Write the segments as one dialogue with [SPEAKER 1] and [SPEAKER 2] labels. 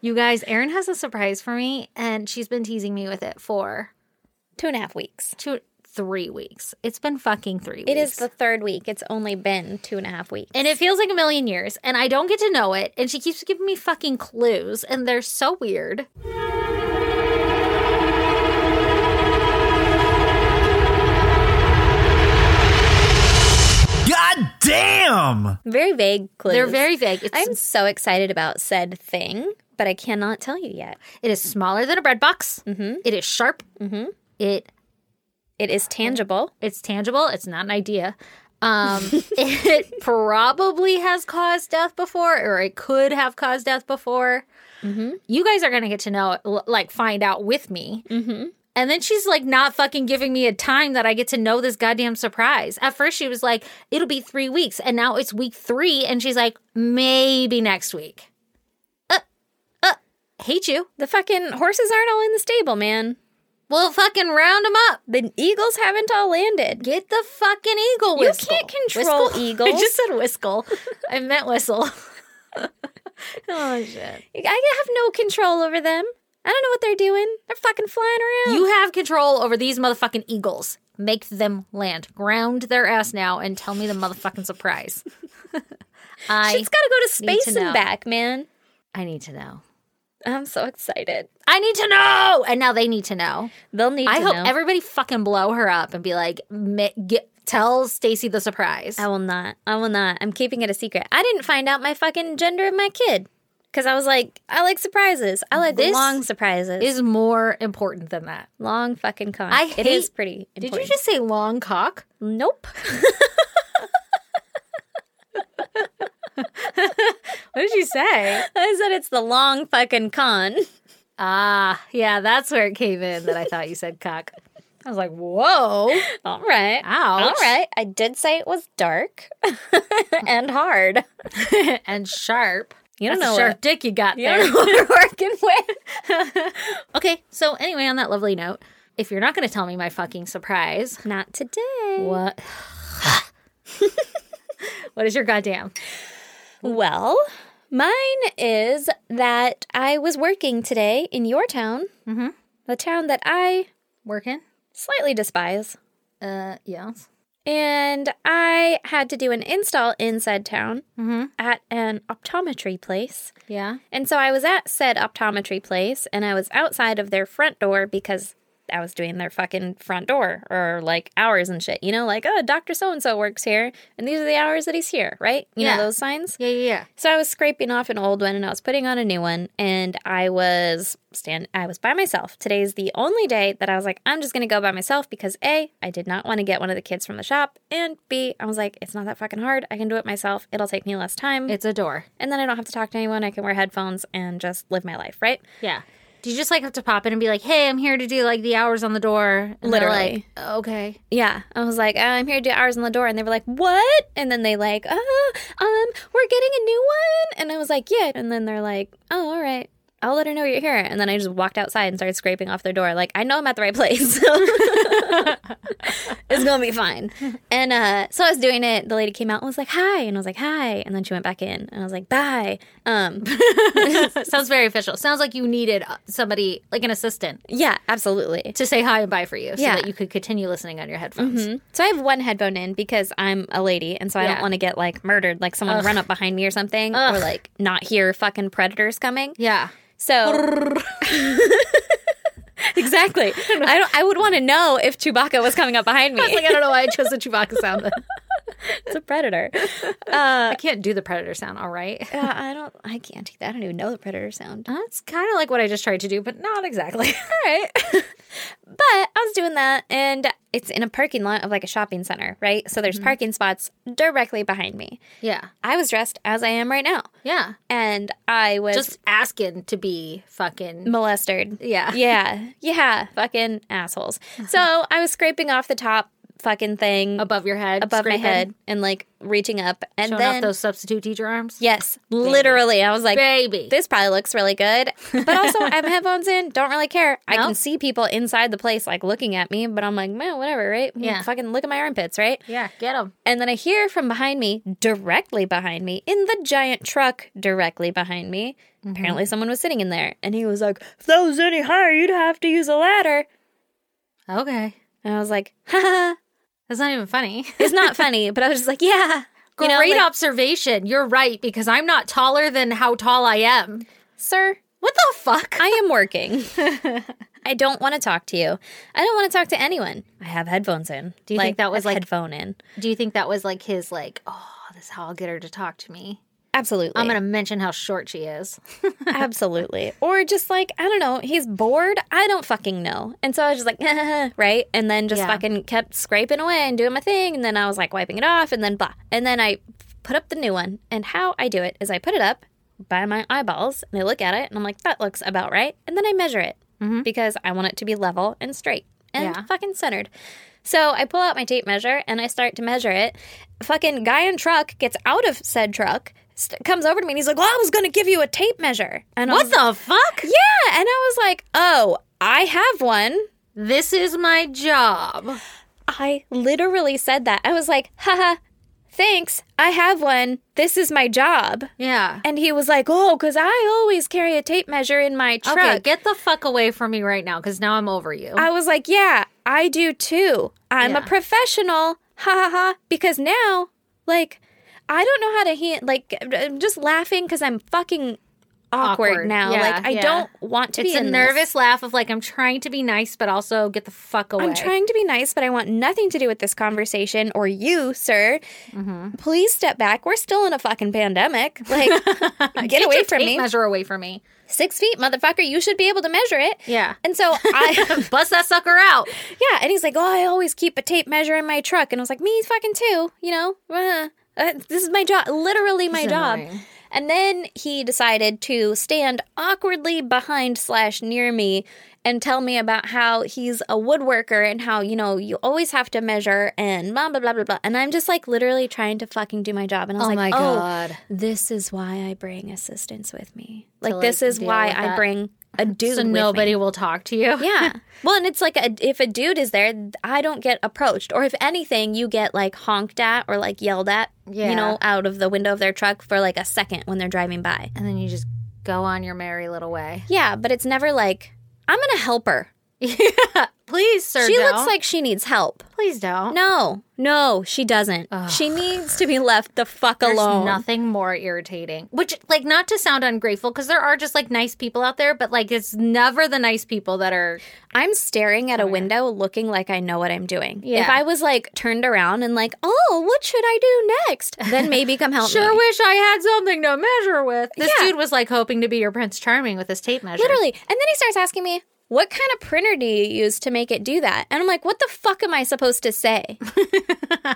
[SPEAKER 1] You guys, Erin has a surprise for me, and she's been teasing me with it for
[SPEAKER 2] Two and a half weeks.
[SPEAKER 1] two, three weeks. It's been fucking three
[SPEAKER 2] It
[SPEAKER 1] weeks.
[SPEAKER 2] is the third week. It's only been two and a half weeks.
[SPEAKER 1] and it feels like a million years, and I don't get to know it. And she keeps giving me fucking clues, and they're so weird.
[SPEAKER 3] God damn!
[SPEAKER 2] very vague clues.
[SPEAKER 1] They're very vague. It's,
[SPEAKER 2] I'm so excited about said thing, but I cannot tell you yet.
[SPEAKER 1] it is smaller than a bread box.
[SPEAKER 2] Mm-hmm.
[SPEAKER 1] It is sharp. It
[SPEAKER 2] It is tangible.
[SPEAKER 1] it's tangible. It's not an idea. Um, it probably has caused death before, or it could have caused death before. You guys are gonna get to know, l- like, find out with me. And then she's like, not fucking giving me a time that I get to know this goddamn surprise. At first, she was like, it'll be three weeks, and now it's week three, and she's like, maybe next week. Uh, uh, hate you.
[SPEAKER 2] The fucking horses aren't all in the stable, man.
[SPEAKER 1] Well, fucking round them up.
[SPEAKER 2] The eagles haven't all landed.
[SPEAKER 1] Get the fucking eagle
[SPEAKER 2] You
[SPEAKER 1] whistle.
[SPEAKER 2] can't control
[SPEAKER 1] Whistle?
[SPEAKER 2] eagles.
[SPEAKER 1] I just said whistle. I meant whistle. oh shit.
[SPEAKER 2] I have no control over them. I don't know what they're doing. They're fucking flying around.
[SPEAKER 1] You have control over these motherfucking eagles. Make them land. Ground their ass now and tell me the motherfucking surprise. I
[SPEAKER 2] Shit's got to go to
[SPEAKER 1] need to
[SPEAKER 2] space and
[SPEAKER 1] know.
[SPEAKER 2] back, man.
[SPEAKER 1] I need to know.
[SPEAKER 2] I'm so excited.
[SPEAKER 1] I need to know. And now they need to know.
[SPEAKER 2] They'll need
[SPEAKER 1] I
[SPEAKER 2] to
[SPEAKER 1] hope
[SPEAKER 2] know.
[SPEAKER 1] everybody fucking blow her up and be like, "Ma- get, tell Stacy the surprise.
[SPEAKER 2] I will not. I will not. I'm keeping it a secret. I didn't find out my fucking gender of my kid because I was like, I like surprises. I like
[SPEAKER 1] This
[SPEAKER 2] long surprises.
[SPEAKER 1] Is more important than that.
[SPEAKER 2] long fucking con.
[SPEAKER 1] I
[SPEAKER 2] it is
[SPEAKER 1] hate-
[SPEAKER 2] pretty.
[SPEAKER 1] Did
[SPEAKER 2] Important.
[SPEAKER 1] you just say long cock?
[SPEAKER 2] Nope.
[SPEAKER 1] What did you say?
[SPEAKER 2] I said it's the long fucking con.
[SPEAKER 1] Ah, yeah, that's where it came in that I thought you said cock. I was like, whoa.
[SPEAKER 2] All right.
[SPEAKER 1] Ouch.
[SPEAKER 2] All right. I did say it was dark and hard.
[SPEAKER 1] and sharp.
[SPEAKER 2] You don't
[SPEAKER 1] That's a
[SPEAKER 2] know
[SPEAKER 1] sharp
[SPEAKER 2] what-
[SPEAKER 1] dick you got
[SPEAKER 2] You don't
[SPEAKER 1] there.
[SPEAKER 2] know what you're working with.
[SPEAKER 1] okay, so anyway, on that lovely note, if you're not going to tell me my fucking surprise,
[SPEAKER 2] Not today.
[SPEAKER 1] what? what is your goddamn?
[SPEAKER 2] Well, mine is that I was working today in your town, mm-hmm. the town that I
[SPEAKER 1] Working?
[SPEAKER 2] slightly despise.
[SPEAKER 1] Uh, yes.
[SPEAKER 2] And I had to do an install in said town at an optometry place.
[SPEAKER 1] Yeah.
[SPEAKER 2] And so I was at said optometry place and I was outside of their front door because I was doing their fucking front door or like hours and shit. You know, like, oh, Dr. So and so works here and these are the hours that he's here, right? You
[SPEAKER 1] Yeah.
[SPEAKER 2] know, those signs?
[SPEAKER 1] Yeah, yeah, yeah.
[SPEAKER 2] So I was scraping off an old one and I was putting on a new one and I was stand I was by myself. Today's the only day that I was like I'm just going to go by myself because A, I did not want to get one of the kids from the shop and B, I was like it's not that fucking hard. I can do it myself. It'll take me less time.
[SPEAKER 1] It's a door.
[SPEAKER 2] and then I don't have to talk to anyone. I can wear headphones and just live my life, right?
[SPEAKER 1] Yeah. Do you just like have to pop in and be like, hey, I'm here to do like the hours on the door? And they're
[SPEAKER 2] Literally.
[SPEAKER 1] Like, okay.
[SPEAKER 2] Yeah, I was like, uh, I'm here to do hours on the door, and they were like, "What?" And then they like, "Oh, um, we're getting a new one," and I was like, "Yeah," and then they're like, "Oh, all right, I'll let her know you're here," and then I just walked outside and started scraping off their door, like I know I'm at the right place. it's gonna be fine. And uh, so I was doing it. The lady came out and was like, "Hi," and I was like, "Hi," and then she went back in, and I was like, "Bye." Um,
[SPEAKER 1] Sounds very official. Sounds like you needed uh, somebody, like an assistant.
[SPEAKER 2] yeah, absolutely.
[SPEAKER 1] to say hi and bye for you so
[SPEAKER 2] Yeah.
[SPEAKER 1] that you could continue listening on your headphones.
[SPEAKER 2] So I have one headphone in because I'm a lady, and so I
[SPEAKER 1] Yeah.
[SPEAKER 2] don't want to get like murdered, like someone run up behind me or something, or
[SPEAKER 1] Ugh.
[SPEAKER 2] like not hear fucking predators coming.
[SPEAKER 1] Yeah.
[SPEAKER 2] So exactly, I don't. I would want to know if Chewbacca was coming up behind me.
[SPEAKER 1] Like, I don't know why I chose the Chewbacca sound. Then.
[SPEAKER 2] it's a predator.
[SPEAKER 1] I can't do the Predator sound, all right?
[SPEAKER 2] Yeah, I don't. I can't do that. I don't even know the predator sound.
[SPEAKER 1] That's kind of like what I just tried to do, but not exactly.
[SPEAKER 2] All right. but I was doing that, and it's in a parking lot of like a shopping center, right? So there's parking spots directly behind me.
[SPEAKER 1] yeah.
[SPEAKER 2] I was dressed as I am right now.
[SPEAKER 1] Yeah.
[SPEAKER 2] and I was
[SPEAKER 1] Just asking to be fucking.
[SPEAKER 2] molested.
[SPEAKER 1] Yeah.
[SPEAKER 2] Yeah. Yeah. Fucking assholes. So I was scraping off the top fucking thing
[SPEAKER 1] Above your head.
[SPEAKER 2] above my
[SPEAKER 1] scraping,
[SPEAKER 2] head and like reaching up. And
[SPEAKER 1] Showing
[SPEAKER 2] then,
[SPEAKER 1] off those substitute teacher arms.
[SPEAKER 2] yes, literally, I was like,
[SPEAKER 1] Baby.
[SPEAKER 2] this probably looks really good. But also, I have headphones in, don't really care. I
[SPEAKER 1] No.
[SPEAKER 2] can see people inside the place like looking at me, but I'm like, man, whatever, right?
[SPEAKER 1] Yeah.
[SPEAKER 2] Fucking look at my armpits, right?
[SPEAKER 1] yeah. Get them.
[SPEAKER 2] And then I hear from behind me, directly behind me, in the giant truck directly behind me,
[SPEAKER 1] Mm-hmm.
[SPEAKER 2] Apparently, someone was sitting in there, and he was like, "If that was any higher, you'd have to use a ladder."
[SPEAKER 1] Okay.
[SPEAKER 2] And I was like, "Ha ha!"
[SPEAKER 1] That's not even funny.
[SPEAKER 2] It's not funny, but I was just like, "Yeah."
[SPEAKER 1] Great
[SPEAKER 2] like,
[SPEAKER 1] observation. You're right because I'm not taller than how tall I am.
[SPEAKER 2] sir.
[SPEAKER 1] What the fuck?
[SPEAKER 2] I am working. I don't want to talk to you. I don't want to talk to anyone. I have headphones in.
[SPEAKER 1] Do you think that was
[SPEAKER 2] I've
[SPEAKER 1] like-
[SPEAKER 2] headphone in?
[SPEAKER 1] Do you think that was like his like, oh, this is how I'll get her to talk to me?
[SPEAKER 2] Absolutely.
[SPEAKER 1] I'm gonna mention how short she is.
[SPEAKER 2] Absolutely. Or just like, I don't know, he's bored. I don't fucking know. And so I was just like, right? And then just
[SPEAKER 1] Yeah.
[SPEAKER 2] fucking kept scraping away and doing my thing. And then I was like wiping it off and then blah. And then I put up the new one. And how I do it is I put it up by my eyeballs and I look at it and I'm like, that looks about right. And then I measure it because I want it to be level and straight and
[SPEAKER 1] Mm-hmm. Yeah.
[SPEAKER 2] fucking centered. So I pull out my tape measure and I start to measure it. Fucking guy in truck gets out of said truck, st- comes over to me and he's like, "Well, I was going to give you a tape measure." And I
[SPEAKER 1] What
[SPEAKER 2] was,
[SPEAKER 1] the fuck?
[SPEAKER 2] Yeah, and I was like, "Oh, I have one."
[SPEAKER 1] This is my job.
[SPEAKER 2] I literally said that. I was like, "Haha, thanks. I have one. This is my job."
[SPEAKER 1] Yeah.
[SPEAKER 2] And he was like, "Oh, cuz I always carry a tape measure in my truck."
[SPEAKER 1] Okay, get the fuck away from me right now because now I'm over you.
[SPEAKER 2] I was like, yeah, I do too. I'm a
[SPEAKER 1] Yeah.
[SPEAKER 2] professional. Ha ha ha. Because now, like, I don't know how to hand, like, I'm just laughing because I'm fucking awkward,
[SPEAKER 1] Awkward.
[SPEAKER 2] now.
[SPEAKER 1] Yeah,
[SPEAKER 2] like, I
[SPEAKER 1] yeah.
[SPEAKER 2] don't want to
[SPEAKER 1] it's
[SPEAKER 2] be
[SPEAKER 1] a
[SPEAKER 2] in
[SPEAKER 1] nervous
[SPEAKER 2] this.
[SPEAKER 1] laugh of like I'm trying to be nice, but also get the fuck away.
[SPEAKER 2] I'm trying to be nice, but I want nothing to do with this conversation or you, sir.
[SPEAKER 1] Mm-hmm.
[SPEAKER 2] Please step back. We're still in a fucking pandemic. Like, get, away
[SPEAKER 1] your
[SPEAKER 2] from
[SPEAKER 1] tape
[SPEAKER 2] me.
[SPEAKER 1] Measure away from me.
[SPEAKER 2] Six feet, motherfucker. You should be able to measure it.
[SPEAKER 1] Yeah.
[SPEAKER 2] And so I.
[SPEAKER 1] Bust that sucker out.
[SPEAKER 2] Yeah, and he's like, "Oh, I always keep a tape measure in my truck," and I was like, "Me fucking too," you know. Uh, uh, this is my job, literally my
[SPEAKER 1] is
[SPEAKER 2] job.
[SPEAKER 1] annoying.
[SPEAKER 2] And then he decided to stand awkwardly behind slash near me and tell me about how he's a woodworker and how you know you always have to measure and blah blah blah blah blah. And I'm just like literally trying to fucking do my job, and I was like, "Oh, this is why I bring assistants with me. Like,
[SPEAKER 1] like,
[SPEAKER 2] this is
[SPEAKER 1] deal
[SPEAKER 2] why
[SPEAKER 1] with
[SPEAKER 2] I
[SPEAKER 1] that.
[SPEAKER 2] bring a dude."
[SPEAKER 1] So
[SPEAKER 2] with me.
[SPEAKER 1] nobody will talk to you.
[SPEAKER 2] Yeah. Well, and it's like a, if a dude is there, I don't get approached. Or if anything, you get like honked at or like yelled at,
[SPEAKER 1] Yeah.
[SPEAKER 2] you know, out of the window of their truck for like a second when they're driving by.
[SPEAKER 1] And then you just go on your merry little way.
[SPEAKER 2] Yeah, but it's never like, I'm going to help her.
[SPEAKER 1] Please, sir.
[SPEAKER 2] she
[SPEAKER 1] don't.
[SPEAKER 2] looks like she needs help.
[SPEAKER 1] please don't.
[SPEAKER 2] No, no, she doesn't. She needs to be left the fuck alone.
[SPEAKER 1] There's nothing more irritating. Which, like, not to sound ungrateful, because there are just like nice people out there, but like, it's never the nice people that are.
[SPEAKER 2] I'm staring at a window looking like I know what I'm doing.
[SPEAKER 1] Oh, Yeah.
[SPEAKER 2] If I was like turned around and like, oh, what should I do next? Then maybe come help me.
[SPEAKER 1] Sure, wish I had something to measure with. This
[SPEAKER 2] Yeah.
[SPEAKER 1] dude was like hoping to be your Prince Charming with his tape measure.
[SPEAKER 2] Literally. And then he starts asking me, what kind of printer do you use to make it do that? And I'm like, what the fuck am I supposed to say?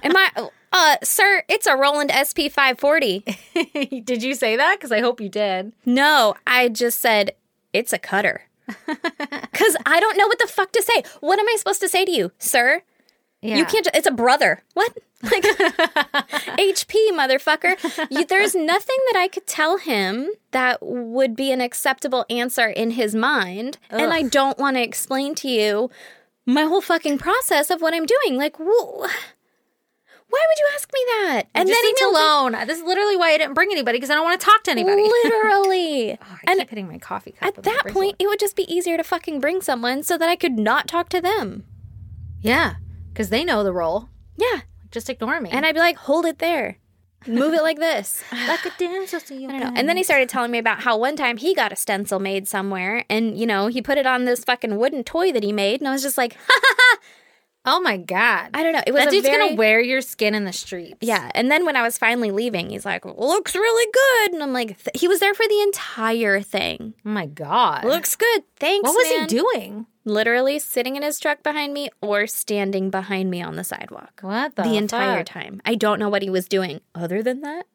[SPEAKER 2] am I, uh, sir, it's a Roland SP540.
[SPEAKER 1] did you say that? Because I hope you did.
[SPEAKER 2] No, I just said, it's a cutter. Because I don't know what the fuck to say. What am I supposed to say to you, sir?
[SPEAKER 1] Yeah.
[SPEAKER 2] You can't, ju- it's a brother. What? Like, HP, motherfucker. You, there's nothing that I could tell him that would be an acceptable answer in his mind. And I don't want to explain to you my whole fucking process of what I'm doing. Like, wh- why would you ask me that?
[SPEAKER 1] And then leave me
[SPEAKER 2] told me-
[SPEAKER 1] alone. This is literally why I didn't bring anybody because I don't want to talk to anybody. Oh,
[SPEAKER 2] Literally.
[SPEAKER 1] I
[SPEAKER 2] and
[SPEAKER 1] keep hitting my coffee cup.
[SPEAKER 2] at
[SPEAKER 1] with my
[SPEAKER 2] that
[SPEAKER 1] bracelet.
[SPEAKER 2] point, it would just be easier to fucking bring someone so that I could not talk to them.
[SPEAKER 1] yeah, because they know the role.
[SPEAKER 2] Yeah.
[SPEAKER 1] Just ignore me.
[SPEAKER 2] And I'd be like, hold it there. Move it like this.
[SPEAKER 1] like a damsel to you.
[SPEAKER 2] I don't know. And then he started telling me about how one time he got a stencil made somewhere and, you know, he put it on this fucking wooden toy that he made. And I was just like, ha,
[SPEAKER 1] oh my god,
[SPEAKER 2] I don't know. It was
[SPEAKER 1] that
[SPEAKER 2] a
[SPEAKER 1] dude's
[SPEAKER 2] very-
[SPEAKER 1] gonna wear your skin in the streets.
[SPEAKER 2] Yeah. And then when I was finally leaving, he's like, looks really good. And I'm like, th- he was there for the entire thing.
[SPEAKER 1] Oh my god.
[SPEAKER 2] Looks good. Thanks.
[SPEAKER 1] what was
[SPEAKER 2] man."
[SPEAKER 1] he doing?
[SPEAKER 2] Literally sitting in his truck behind me or standing behind me on the sidewalk
[SPEAKER 1] What the,
[SPEAKER 2] the entire time. I don't know what he was doing other than that.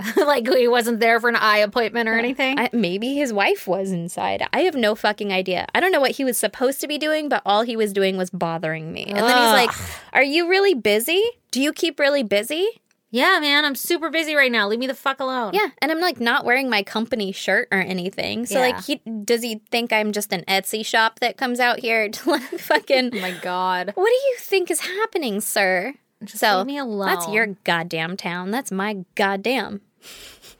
[SPEAKER 1] time? like he wasn't there for an eye appointment or anything.
[SPEAKER 2] I, maybe his wife was inside. I have no fucking idea. I don't know what he was supposed to be doing, but all he was doing was bothering me. And then he's like, Are you really busy? Do you keep really busy?
[SPEAKER 1] yeah, man, I'm super busy right now. Leave me the fuck alone.
[SPEAKER 2] Yeah. And I'm like, not wearing my company shirt or anything. So,
[SPEAKER 1] Yeah.
[SPEAKER 2] like, he, does he think I'm just an Etsy shop that comes out here to like fucking.
[SPEAKER 1] Oh my god.
[SPEAKER 2] What do you think is happening, sir? so,
[SPEAKER 1] leave me alone.
[SPEAKER 2] that's your goddamn town. That's my goddamn.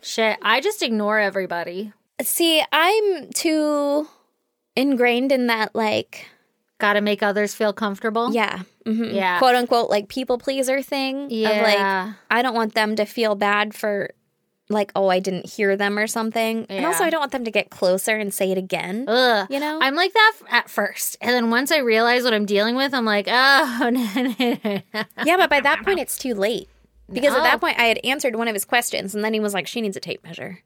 [SPEAKER 1] shit. I just ignore everybody.
[SPEAKER 2] See, I'm too ingrained in that, like,
[SPEAKER 1] Got to make others feel comfortable.
[SPEAKER 2] yeah, mhm,
[SPEAKER 1] Yeah.
[SPEAKER 2] quote unquote, like people pleaser thing. Of
[SPEAKER 1] Yeah.
[SPEAKER 2] like, I don't want them to feel bad for, like, oh, I didn't hear them or something. And
[SPEAKER 1] Yeah.
[SPEAKER 2] also, I don't want them to get closer and say it again.
[SPEAKER 1] Ugh.
[SPEAKER 2] You know?
[SPEAKER 1] I'm like that f- at first. And then once I realize what I'm dealing with, I'm like, oh,
[SPEAKER 2] yeah, but by that point, it's too late. Because at
[SPEAKER 1] No.
[SPEAKER 2] that point, I had answered one of his questions, and then he was like, she needs a tape measure.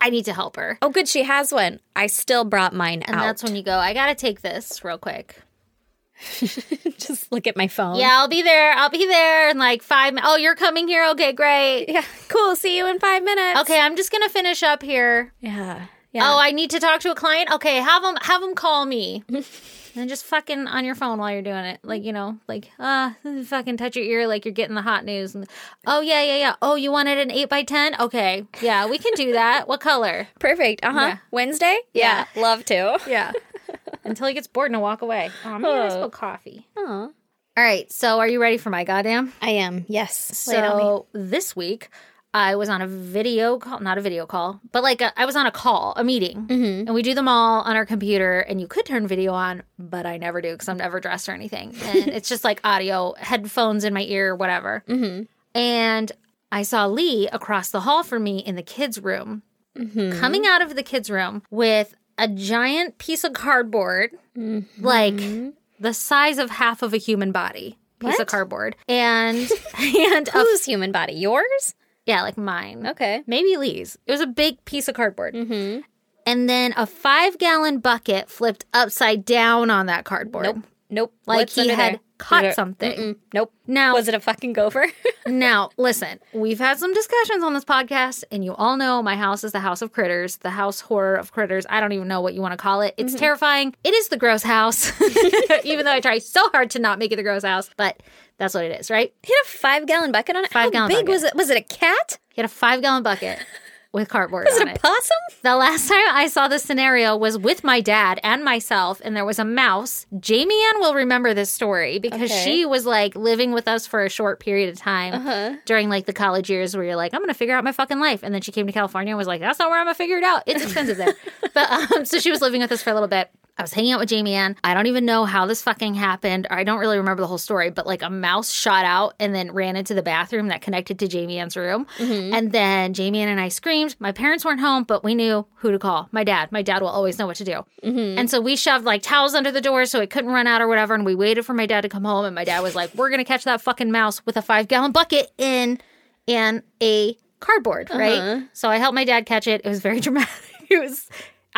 [SPEAKER 1] I need to help her.
[SPEAKER 2] Oh, good, she has one. I still brought mine
[SPEAKER 1] And
[SPEAKER 2] out.
[SPEAKER 1] that's when you go, I got to take this real quick.
[SPEAKER 2] just look at my phone.
[SPEAKER 1] Yeah, I'll be there. I'll be there in like five. mi- Oh, you're coming here. Okay, great.
[SPEAKER 2] Yeah. Cool. See you in five minutes.
[SPEAKER 1] Okay, I'm just gonna finish up here.
[SPEAKER 2] Yeah. Yeah.
[SPEAKER 1] Oh, I need to talk to a client. Okay, have them have them call me. and just fucking on your phone while you're doing it. Like, you know, like uh fucking touch your ear like you're getting the hot news and oh yeah, yeah, yeah. Oh, you wanted an eight by ten? Okay. Yeah, we can do that. What color?
[SPEAKER 2] perfect. Uh huh. Wednesday.
[SPEAKER 1] Yeah.
[SPEAKER 2] Love to.
[SPEAKER 1] Yeah. Until he gets bored and walk away. Oh man, I spilled coffee.
[SPEAKER 2] Aw.
[SPEAKER 1] All right, so are you ready for my goddamn?
[SPEAKER 2] I am. Yes. Lay it on me.
[SPEAKER 1] So this week, I was on a video call, not a video call, but like a, I was on a call, a meeting,
[SPEAKER 2] Mm-hmm.
[SPEAKER 1] and we do them all on our computer. And you could turn video on, but I never do because I'm never dressed or anything, and it's just like audio, headphones in my ear, whatever.
[SPEAKER 2] Mm-hmm.
[SPEAKER 1] And I saw Lee across the hall from me in the kids' room,
[SPEAKER 2] Mm-hmm.
[SPEAKER 1] coming out of the kids' room with a giant piece of cardboard,
[SPEAKER 2] Mm-hmm.
[SPEAKER 1] like the size of half of a human body. Piece of
[SPEAKER 2] What?
[SPEAKER 1] cardboard and and a
[SPEAKER 2] Whose human body? Yours?
[SPEAKER 1] yeah, like mine.
[SPEAKER 2] Okay.
[SPEAKER 1] Maybe Lee's. It was a big piece of cardboard. Mm-hmm. And then a five gallon bucket flipped upside down on that cardboard.
[SPEAKER 2] Nope. Nope.
[SPEAKER 1] Like
[SPEAKER 2] What's
[SPEAKER 1] he
[SPEAKER 2] under
[SPEAKER 1] had
[SPEAKER 2] there?
[SPEAKER 1] caught
[SPEAKER 2] Is it-
[SPEAKER 1] something.
[SPEAKER 2] Mm-mm. Nope.
[SPEAKER 1] Now,
[SPEAKER 2] Was it a fucking gopher?
[SPEAKER 1] now, listen, we've had some discussions on this podcast, and you all know my house is the house of critters, the house horror of critters. I don't even know what you want to call it. It's
[SPEAKER 2] Mm-hmm.
[SPEAKER 1] terrifying. It is the gross house, even though I try so hard to not make it the gross house, but that's what it is, right?
[SPEAKER 2] he had a five gallon bucket on it. How
[SPEAKER 1] Five-gallon
[SPEAKER 2] big
[SPEAKER 1] bucket.
[SPEAKER 2] was it? Was it a cat?
[SPEAKER 1] He had a five gallon bucket with cardboard
[SPEAKER 2] Was
[SPEAKER 1] on
[SPEAKER 2] it
[SPEAKER 1] it.
[SPEAKER 2] a possum?
[SPEAKER 1] The last time I saw this scenario was with my dad and myself, and there was a mouse. Jamie Ann will remember this story because
[SPEAKER 2] Okay.
[SPEAKER 1] she was like living with us for a short period of time during like the college years where you're like, I'm gonna figure out my fucking life. And then she came to California and was like, That's not where I'm gonna figure it out. It's expensive there. but um, so she was living with us for a little bit. I was hanging out with Jamie Ann. I don't even know how this fucking happened. I don't really remember the whole story, but like a mouse shot out and then ran into the bathroom that connected to Jamie Ann's room. And then Jamie Ann and I screamed. My parents weren't home, but we knew who to call. My dad. My dad will always know what to do. And so we shoved like towels under the door so it couldn't run out or whatever. And we waited for my dad to come home. And my dad was like, We're going to catch that fucking mouse with a five gallon bucket in and a cardboard, right? So I helped my dad catch it. It was very dramatic. It was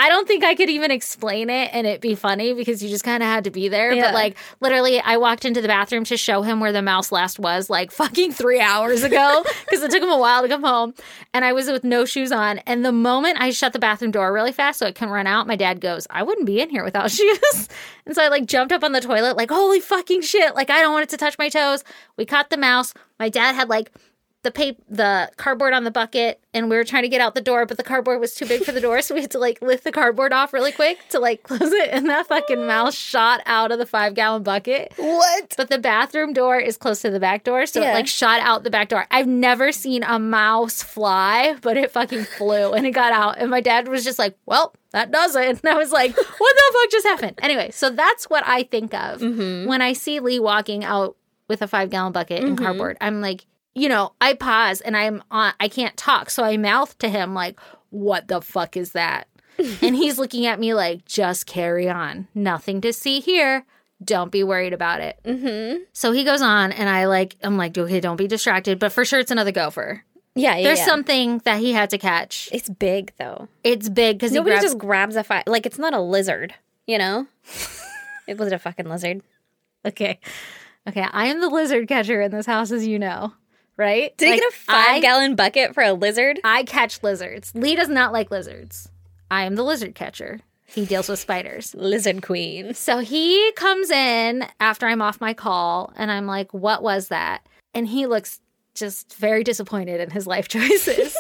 [SPEAKER 1] I don't think I could even explain it and it be funny because you just kind of had to be there.
[SPEAKER 2] Yeah.
[SPEAKER 1] But like literally I walked into the bathroom to show him where the mouse last was like fucking 3 hours ago because it took him a while to come home and I was with no shoes on and the moment I shut the bathroom door really fast so it couldn't run out my dad goes, "I wouldn't be in here without shoes." and so I like jumped up on the toilet like, "Holy fucking shit, like I don't want it to touch my toes." We caught the mouse. My dad had like the paper, the cardboard on the bucket, and we were trying to get out the door, but the cardboard was too big for the door, so we had to like lift the cardboard off really quick to like close it. And that fucking mouse shot out of the five gallon bucket.
[SPEAKER 2] What?
[SPEAKER 1] But the bathroom door is close to the back door, so
[SPEAKER 2] Yeah.
[SPEAKER 1] it like shot out the back door. I've never seen a mouse fly, but it fucking flew and it got out. And my dad was just like, "Well, that does it." And I was like, "What the fuck just happened?" Anyway, so that's what I think of when I see Lee walking out with a five gallon bucket and cardboard. I'm like, you know, I pause and I'm on. I can't talk, so I mouth to him like, "What the fuck is that?" and he's looking at me like, "Just carry on. Nothing to see here." Don't be worried about it. So he goes on, and I like, I'm like, okay, don't be distracted, but for sure it's another gopher.
[SPEAKER 2] Yeah, yeah.
[SPEAKER 1] There's
[SPEAKER 2] yeah.
[SPEAKER 1] something that he had to catch.
[SPEAKER 2] It's big though.
[SPEAKER 1] It's big because he
[SPEAKER 2] Nobody
[SPEAKER 1] grabs.
[SPEAKER 2] just grabs a five. Like it's not a lizard. You know. it was it a fucking lizard.
[SPEAKER 1] okay, okay. I am the lizard catcher in this house, as you know, right?
[SPEAKER 2] Did
[SPEAKER 1] Like,
[SPEAKER 2] he get a five
[SPEAKER 1] I-
[SPEAKER 2] gallon bucket for a lizard?
[SPEAKER 1] I catch lizards. Lee does not like lizards. I am the lizard catcher. He deals with spiders.
[SPEAKER 2] Lizard queen.
[SPEAKER 1] So he comes in after I'm off my call and I'm like, what was that? And he looks just very disappointed in his life choices.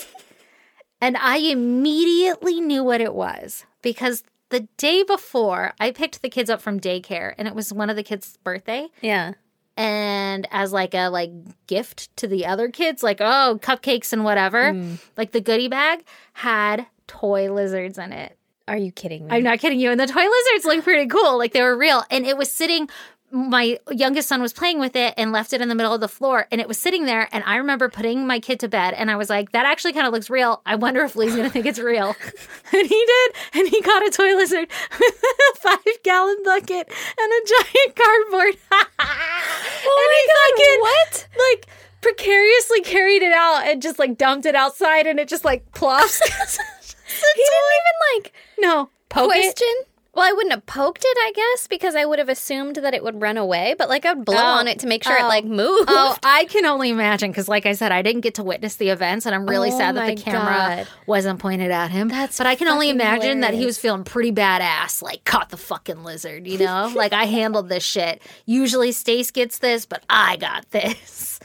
[SPEAKER 1] and I immediately knew what it was because the day before I picked the kids up from daycare and it was one of the kids' birthday
[SPEAKER 2] Yeah.
[SPEAKER 1] and as like a like gift to the other kids like oh cupcakes and whatever like the goodie bag had toy lizards in it.
[SPEAKER 2] Are you kidding me?
[SPEAKER 1] I'm not kidding you. And the toy lizards look pretty cool. Like they were real. And it was sitting, my youngest son was playing with it and left it in the middle of the floor. And it was sitting there. And I remember putting my kid to bed and I was like, that actually kind of looks real. I wonder if Lee's going to think it's real. and he did. And he got a toy lizard with a five gallon bucket and a giant cardboard. oh and my God,
[SPEAKER 2] what?
[SPEAKER 1] Like, precariously carried it out and just like dumped it outside and it just like plops.
[SPEAKER 2] He didn't even like
[SPEAKER 1] no. Poke it.
[SPEAKER 2] question. Well, I wouldn't have poked it, I guess, because I would have assumed that it would run away. But like, I'd blow
[SPEAKER 1] Oh.
[SPEAKER 2] on it to make sure it
[SPEAKER 1] Oh.
[SPEAKER 2] like moved.
[SPEAKER 1] Oh, I can only imagine because, like I said, I didn't get to witness the events, and I'm really
[SPEAKER 2] Oh
[SPEAKER 1] sad that
[SPEAKER 2] my
[SPEAKER 1] the camera
[SPEAKER 2] God.
[SPEAKER 1] wasn't pointed at him.
[SPEAKER 2] That's
[SPEAKER 1] but I can only
[SPEAKER 2] fucking
[SPEAKER 1] imagine that he
[SPEAKER 2] hilarious.
[SPEAKER 1] was feeling pretty badass, like caught the fucking lizard. You know, like I handled this shit. Usually Stace gets this, but I got this.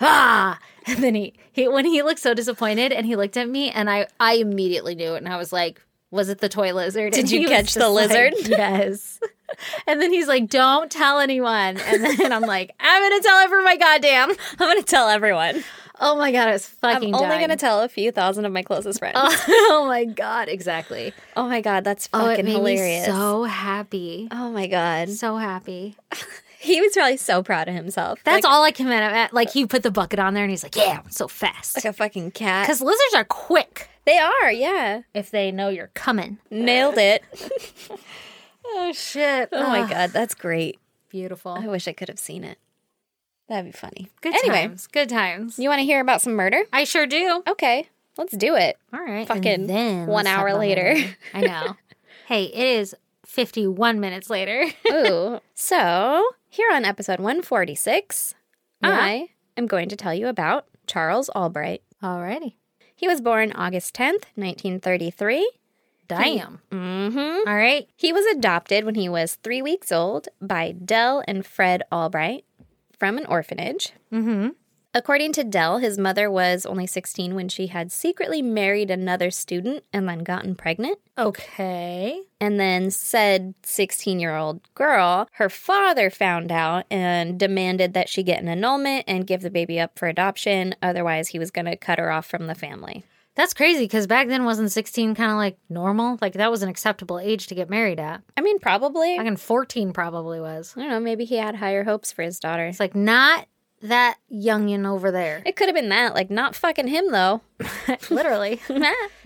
[SPEAKER 1] Ah. And then he, he when he looked so disappointed and he looked at me and I I immediately knew it and I was like, was it the toy lizard?
[SPEAKER 2] Did
[SPEAKER 1] And
[SPEAKER 2] you
[SPEAKER 1] he was
[SPEAKER 2] catch the
[SPEAKER 1] just like,
[SPEAKER 2] lizard?
[SPEAKER 1] yes. And then he's like, "Don't tell anyone." And then I'm like, "I'm gonna tell everyone my goddamn."
[SPEAKER 2] I'm gonna tell everyone.
[SPEAKER 1] Oh my god, I was
[SPEAKER 2] I'm
[SPEAKER 1] fucking.
[SPEAKER 2] only
[SPEAKER 1] dying.
[SPEAKER 2] gonna tell a few thousand of my closest friends.
[SPEAKER 1] oh my god, exactly.
[SPEAKER 2] oh my god, that's
[SPEAKER 1] Oh,
[SPEAKER 2] fucking
[SPEAKER 1] it made
[SPEAKER 2] hilarious.
[SPEAKER 1] me so happy.
[SPEAKER 2] oh my god,
[SPEAKER 1] So happy.
[SPEAKER 2] he was probably so proud of himself.
[SPEAKER 1] That's
[SPEAKER 2] like,
[SPEAKER 1] all I can at. Like he put the bucket on there, and he's like, "Yeah, I'm so fast."
[SPEAKER 2] like a fucking cat.
[SPEAKER 1] Because lizards are quick
[SPEAKER 2] They are, yeah.
[SPEAKER 1] if they know you're coming.
[SPEAKER 2] Nailed it.
[SPEAKER 1] Oh shit!
[SPEAKER 2] Oh my god, that's great. I
[SPEAKER 1] beautiful.
[SPEAKER 2] wish I could have seen it. That'd be funny.
[SPEAKER 1] Good
[SPEAKER 2] anyway,
[SPEAKER 1] times. Good times.
[SPEAKER 2] you want to hear about some murder?
[SPEAKER 1] I sure do.
[SPEAKER 2] Okay, let's do it.
[SPEAKER 1] All right. and
[SPEAKER 2] Fucking one
[SPEAKER 1] let's talk
[SPEAKER 2] hour
[SPEAKER 1] about
[SPEAKER 2] later.
[SPEAKER 1] Mary. I know. hey, it is 51 minutes later.
[SPEAKER 2] Ooh. So, here on episode 146,
[SPEAKER 1] Yeah.
[SPEAKER 2] I am going to tell you about Charles Albright.
[SPEAKER 1] Alrighty.
[SPEAKER 2] He was born August 10th, 1933.
[SPEAKER 1] Damn.
[SPEAKER 2] Mm-hmm.
[SPEAKER 1] All right.
[SPEAKER 2] He was adopted when he was three weeks old by Dell and Fred Albright from an orphanage.
[SPEAKER 1] Mm-hmm.
[SPEAKER 2] According to Dell, his mother was only 16 when she had secretly married another student and then gotten pregnant.
[SPEAKER 1] Okay.
[SPEAKER 2] And then said 16 year old girl, her father found out and demanded that she get an annulment and give the baby up for adoption. Otherwise, he was going to cut her off from the family.
[SPEAKER 1] That's crazy because back then wasn't 16 kind of like normal? Like that was an acceptable age to get married at.
[SPEAKER 2] I mean, probably.
[SPEAKER 1] Back in 14 probably was.
[SPEAKER 2] I don't know. Maybe he had higher hopes for his daughter.
[SPEAKER 1] It's like not that youngin over there.
[SPEAKER 2] It could have been that. Like, not fucking him, though.
[SPEAKER 1] Literally.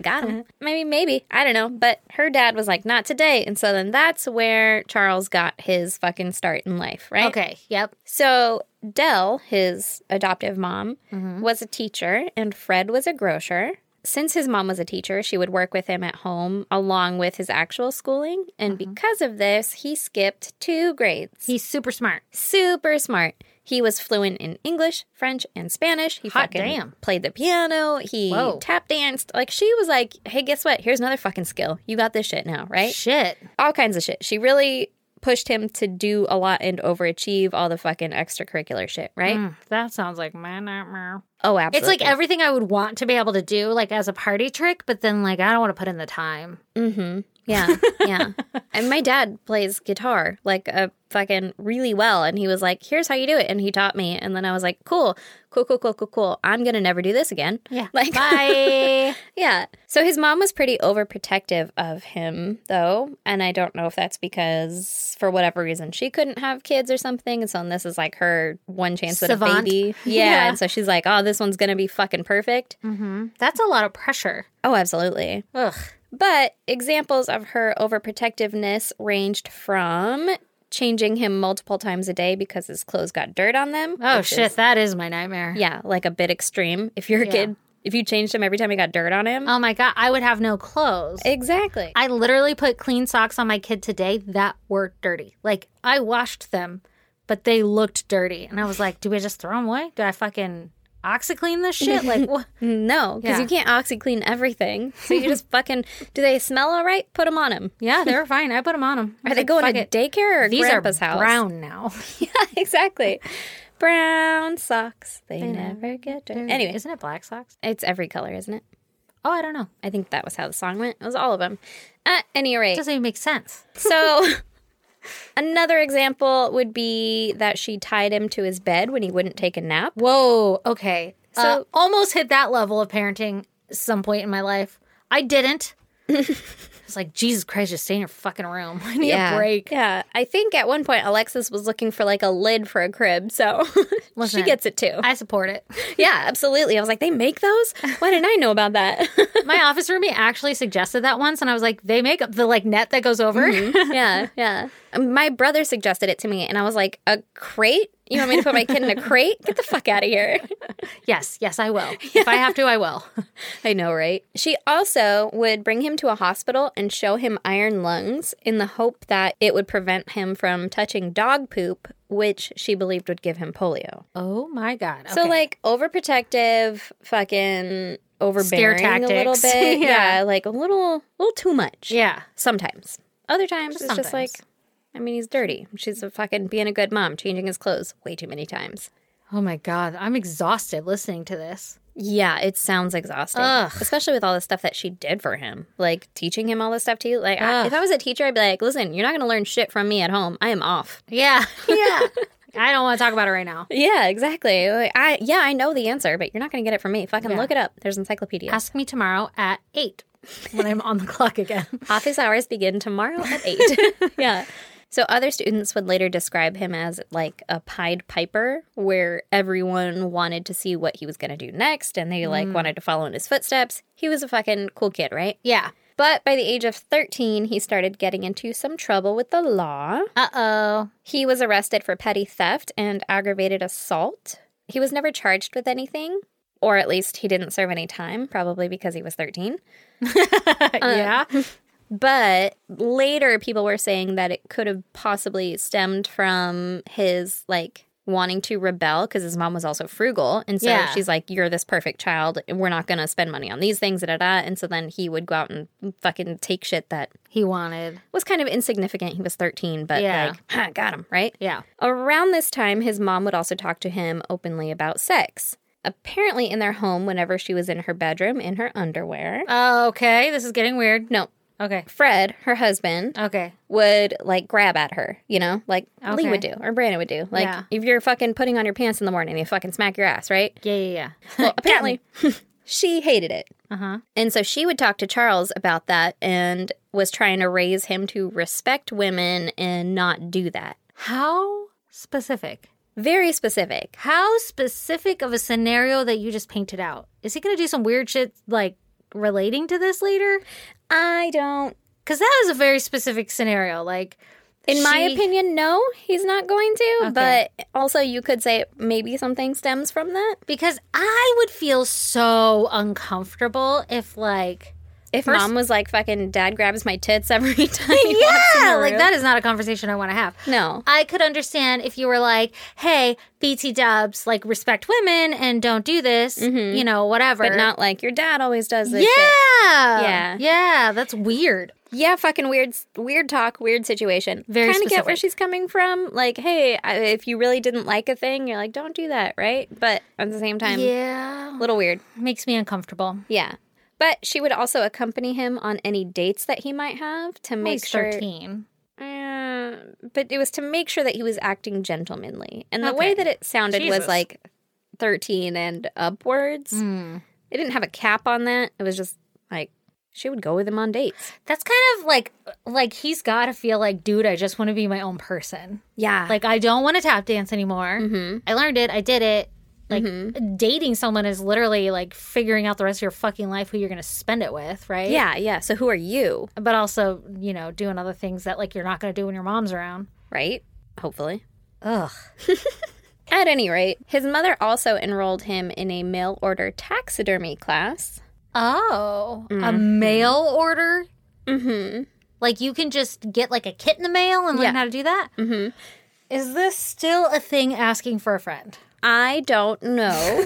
[SPEAKER 2] Got him. Maybe, maybe. I don't know. But her dad was like, not today. And so then that's where Charles got his fucking start in life, right?
[SPEAKER 1] Okay. Yep.
[SPEAKER 2] So Dell, his adoptive mom,
[SPEAKER 1] Mm-hmm.
[SPEAKER 2] was a teacher and Fred was a grocer. Since his mom was a teacher, she would work with him at home along with his actual schooling. And
[SPEAKER 1] Mm-hmm.
[SPEAKER 2] because of this, he skipped two grades.
[SPEAKER 1] He's super smart.
[SPEAKER 2] super smart. He was fluent in English, French, and Spanish. He
[SPEAKER 1] Hot
[SPEAKER 2] fucking
[SPEAKER 1] damn.
[SPEAKER 2] played the piano. He
[SPEAKER 1] Whoa.
[SPEAKER 2] tap danced. Like she was like, "Hey, guess what? Here's another fucking skill. You got this shit now, right?"
[SPEAKER 1] Shit.
[SPEAKER 2] All kinds of shit. She really pushed him to do a lot and overachieve all the fucking extracurricular shit, right?
[SPEAKER 1] Mm, that sounds like my nightmare.
[SPEAKER 2] Oh, absolutely.
[SPEAKER 1] It's like everything I would want to be able to do, like as a party trick, but then like I don't want to put in the time.
[SPEAKER 2] Mm-hmm. Yeah, yeah. and my dad plays guitar like a fucking really well, and he was like, "Here's how you do it," and he taught me. And then I was like, "Cool, cool, cool, cool, cool, cool. I'm gonna never do this again."
[SPEAKER 1] Yeah.
[SPEAKER 2] Like,
[SPEAKER 1] Bye.
[SPEAKER 2] yeah. So his mom was pretty overprotective of him, though, and I don't know if that's because for whatever reason she couldn't have kids or something, and so this is like her one chance at a
[SPEAKER 1] Savant.
[SPEAKER 2] baby. Yeah,
[SPEAKER 1] Yeah.
[SPEAKER 2] And so she's like, "Oh, this one's gonna be fucking perfect."
[SPEAKER 1] hmm That's a lot of pressure.
[SPEAKER 2] Oh, absolutely.
[SPEAKER 1] Ugh.
[SPEAKER 2] But examples of her overprotectiveness ranged from changing him multiple times a day because his clothes got dirt on them.
[SPEAKER 1] Oh
[SPEAKER 2] which
[SPEAKER 1] shit,
[SPEAKER 2] is-
[SPEAKER 1] that is my nightmare.
[SPEAKER 2] yeah, like a bit extreme. If you're a
[SPEAKER 1] Yeah.
[SPEAKER 2] kid, if you changed him every time he got dirt on him.
[SPEAKER 1] Oh my god, I would have no clothes.
[SPEAKER 2] Exactly.
[SPEAKER 1] I literally put clean socks on my kid today that were dirty. Like I washed them, but they looked dirty, and I was like, "Do I just throw them away? Do I fucking OxyClean this shit? Like, what?
[SPEAKER 2] Mm, no, because
[SPEAKER 1] Yeah.
[SPEAKER 2] you can't OxyClean everything. So you just fucking, do they smell all right? Put them on him.
[SPEAKER 1] yeah, they were fine. I put them on them.
[SPEAKER 2] Are they going to daycare or
[SPEAKER 1] These
[SPEAKER 2] grandpa's
[SPEAKER 1] are
[SPEAKER 2] house?
[SPEAKER 1] brown now.
[SPEAKER 2] yeah, exactly. Brown socks. They, never get dirty. Anyway,
[SPEAKER 1] isn't it black socks?
[SPEAKER 2] it's every color, isn't it?
[SPEAKER 1] Oh, I don't know.
[SPEAKER 2] I think that was how the song went. It was all of them. At any rate,
[SPEAKER 1] doesn't even make sense.
[SPEAKER 2] so another example would be that she tied him to his bed when he wouldn't take a nap.
[SPEAKER 1] Whoa. Okay. So
[SPEAKER 2] So-
[SPEAKER 1] almost hit that level of parenting some point in my life. I didn't. It's like, Jesus Christ, just stay in your fucking room. I need
[SPEAKER 2] yeah.
[SPEAKER 1] a break.
[SPEAKER 2] Yeah. I think at one point Alexis was looking for like a lid for a crib, so she
[SPEAKER 1] Listen,
[SPEAKER 2] gets it too.
[SPEAKER 1] I support it.
[SPEAKER 2] yeah, absolutely. I was like, they make those? Why didn't I know about that?
[SPEAKER 1] My office roommate actually suggested that once, and I was like, they make up the like net that goes over.
[SPEAKER 2] yeah, yeah. Um, My brother suggested it to me, and I was like, a crate? You want me to put my kid in a crate? Get the fuck out of here.
[SPEAKER 1] yes, yes, I will. If I have to, I will.
[SPEAKER 2] I know, right? She also would bring him to a hospital and show him iron lungs in the hope that it would prevent him from touching dog poop, which she believed would give him polio.
[SPEAKER 1] Oh my God.
[SPEAKER 2] So
[SPEAKER 1] Okay.
[SPEAKER 2] like overprotective, fucking overbearing a little
[SPEAKER 1] tactics.
[SPEAKER 2] bit. yeah.
[SPEAKER 1] Yeah.
[SPEAKER 2] like a little little too much.
[SPEAKER 1] yeah.
[SPEAKER 2] Sometimes. Other times it's just like
[SPEAKER 1] sometimes.
[SPEAKER 2] I mean, he's dirty. She's a fucking being a good mom, changing his clothes way too many times.
[SPEAKER 1] Oh my God. I'm exhausted listening to this.
[SPEAKER 2] Yeah, it sounds exhausting,
[SPEAKER 1] Ugh.
[SPEAKER 2] especially with all the stuff that she did for him, like teaching him all this stuff too. Like, I,
[SPEAKER 1] Ugh.
[SPEAKER 2] if I was a teacher, I'd be like, "Listen, you're not going to learn shit from me at home. I am off."
[SPEAKER 1] Yeah. Yeah. I don't want to talk about it right now.
[SPEAKER 2] Yeah, exactly. Like, I yeah, I know the answer, but you're not going to get it from me. Fucking
[SPEAKER 1] Yeah.
[SPEAKER 2] look it up. There's encyclopedias.
[SPEAKER 1] Ask me tomorrow at eight when I'm on the clock again.
[SPEAKER 2] Office hours begin tomorrow at 8. yeah. So other students would later describe him as like a Pied Piper, where everyone wanted to see what he was going to do next and they like wanted to follow in his footsteps. He was a fucking cool kid, right?
[SPEAKER 1] Yeah.
[SPEAKER 2] But by the age of 13, he started getting into some trouble with the law.
[SPEAKER 1] Uh oh.
[SPEAKER 2] He was arrested for petty theft and aggravated assault. He was never charged with anything, or at least he didn't serve any time, probably because he was 13.
[SPEAKER 1] yeah.
[SPEAKER 2] But later, people were saying that it could have possibly stemmed from his like wanting to rebel because his mom was also frugal, and so
[SPEAKER 1] Yeah.
[SPEAKER 2] she's like, "You're this perfect child. We're not going to spend money on these things." Da da da. And so then he would go out and fucking take shit that
[SPEAKER 1] He wanted.
[SPEAKER 2] was kind of insignificant. He was 13, but
[SPEAKER 1] Yeah.
[SPEAKER 2] like, got him right.
[SPEAKER 1] Yeah.
[SPEAKER 2] Around this time, his mom would also talk to him openly about sex. Apparently, in their home, whenever she was in her bedroom in her underwear.
[SPEAKER 1] okay. This is getting weird.
[SPEAKER 2] No,
[SPEAKER 1] Okay.
[SPEAKER 2] Fred, her husband,
[SPEAKER 1] Okay.
[SPEAKER 2] would like grab at her, you know, like Lee
[SPEAKER 1] Okay.
[SPEAKER 2] would do or Brandon would do. Like,
[SPEAKER 1] Yeah.
[SPEAKER 2] if you're fucking putting on your pants in the morning, they fucking smack your ass, right?
[SPEAKER 1] Yeah. Yeah. Yeah.
[SPEAKER 2] Well, apparently, she hated it.
[SPEAKER 1] Uh huh.
[SPEAKER 2] And so she would talk to Charles about that and was trying to raise him to respect women and not do that.
[SPEAKER 1] How specific?
[SPEAKER 2] Very specific.
[SPEAKER 1] How specific of a scenario that you just painted out? Is he going to do some weird shit like relating to this later?
[SPEAKER 2] I don't.
[SPEAKER 1] Because that is a very specific scenario. Like,
[SPEAKER 2] In my
[SPEAKER 1] she-
[SPEAKER 2] opinion, no, he's not going to.
[SPEAKER 1] Okay.
[SPEAKER 2] But also, you could say maybe something stems from that.
[SPEAKER 1] because I would feel so uncomfortable if like
[SPEAKER 2] If
[SPEAKER 1] First-
[SPEAKER 2] mom was like, "Fucking dad grabs my tits every time." he walks in
[SPEAKER 1] yeah,
[SPEAKER 2] the
[SPEAKER 1] like
[SPEAKER 2] room."
[SPEAKER 1] that is not a conversation I want to have.
[SPEAKER 2] No.
[SPEAKER 1] I could understand if you were like, "Hey, BT Dubs, like respect women and don't do this," you know, whatever.
[SPEAKER 2] But not like your dad always does this.
[SPEAKER 1] yeah,
[SPEAKER 2] shit." Yeah.
[SPEAKER 1] yeah, yeah. That's weird.
[SPEAKER 2] Yeah, fucking weird, weird talk, weird situation.
[SPEAKER 1] Very
[SPEAKER 2] Kind of get where
[SPEAKER 1] specific.
[SPEAKER 2] she's coming from. Like, hey, I- if you really didn't like a thing, you're like, don't do that, right? But at the same time,
[SPEAKER 1] yeah,
[SPEAKER 2] little weird.
[SPEAKER 1] makes me uncomfortable.
[SPEAKER 2] Yeah. But she would also accompany him on any dates that he might have to make
[SPEAKER 1] He's
[SPEAKER 2] sure.
[SPEAKER 1] thirteen.
[SPEAKER 2] Uh, but it was to make sure that he was acting gentlemanly. And the way
[SPEAKER 1] Okay.
[SPEAKER 2] that it sounded was
[SPEAKER 1] Jesus.
[SPEAKER 2] like 13 and upwards.
[SPEAKER 1] Hmm.
[SPEAKER 2] It didn't have a cap on that. It was just like she would go with him on dates.
[SPEAKER 1] That's kind of like like he's got to feel like, dude, I just want to be my own person.
[SPEAKER 2] Yeah.
[SPEAKER 1] Like I don't want to tap dance anymore.
[SPEAKER 2] Mm-hmm.
[SPEAKER 1] I learned it. I did it. Like dating someone is literally like figuring out the rest of your fucking life who you're going to spend it with, right?
[SPEAKER 2] yeah, yeah. So who are you?
[SPEAKER 1] But also, you know, doing other things that like you're not going to do when your mom's around.
[SPEAKER 2] Right? Hopefully.
[SPEAKER 1] Ugh.
[SPEAKER 2] At any rate, his mother also enrolled him in a mail order taxidermy class.
[SPEAKER 1] Oh, a mail order?
[SPEAKER 2] Mm-hmm.
[SPEAKER 1] Like you can just get like a kit in the mail and learn
[SPEAKER 2] Yeah.
[SPEAKER 1] how to do that?
[SPEAKER 2] Mhm.
[SPEAKER 1] Is this still a thing asking for a friend?
[SPEAKER 2] I don't know.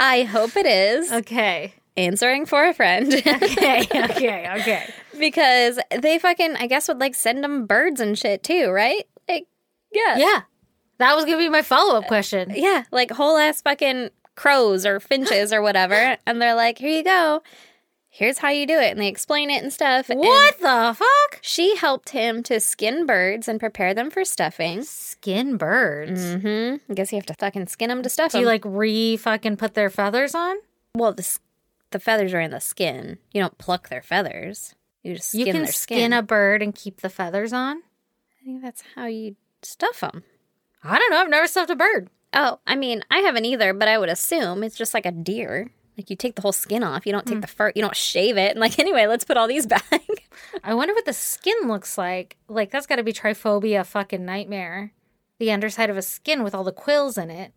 [SPEAKER 2] I hope it is.
[SPEAKER 1] Okay.
[SPEAKER 2] Answering for a friend.
[SPEAKER 1] Okay, okay, okay.
[SPEAKER 2] because they fucking, I guess, would like send him birds and shit too, right? Like, yeah.
[SPEAKER 1] Yeah. That was going to be my follow up question.
[SPEAKER 2] Yeah, like whole ass fucking crows or finches or whatever. And they're like, here you go. Here's how you do it. And they explain it and stuff. and-
[SPEAKER 1] What the fuck?
[SPEAKER 2] She helped him to skin birds and prepare them for stuffing.
[SPEAKER 1] Skin birds.
[SPEAKER 2] hmm I guess you have to fucking skin them to stuff
[SPEAKER 1] Do you
[SPEAKER 2] them.
[SPEAKER 1] like re fucking put their feathers on?
[SPEAKER 2] well, the s- the feathers are in the skin. You don't pluck their feathers. You just
[SPEAKER 1] You
[SPEAKER 2] skin
[SPEAKER 1] can
[SPEAKER 2] their skin.
[SPEAKER 1] skin a bird and keep the feathers on.
[SPEAKER 2] I think that's how you stuff them.
[SPEAKER 1] I don't know. I've never stuffed a bird.
[SPEAKER 2] Oh, I mean, I haven't either, but I would assume it's just like a deer. Like you take the whole skin off. You don't take the fur. You don't shave it. And like anyway, let's put all these back.
[SPEAKER 1] I wonder what the skin looks like. Like that's got to be triphobia fucking nightmare. The underside of a skin with all the quills in it,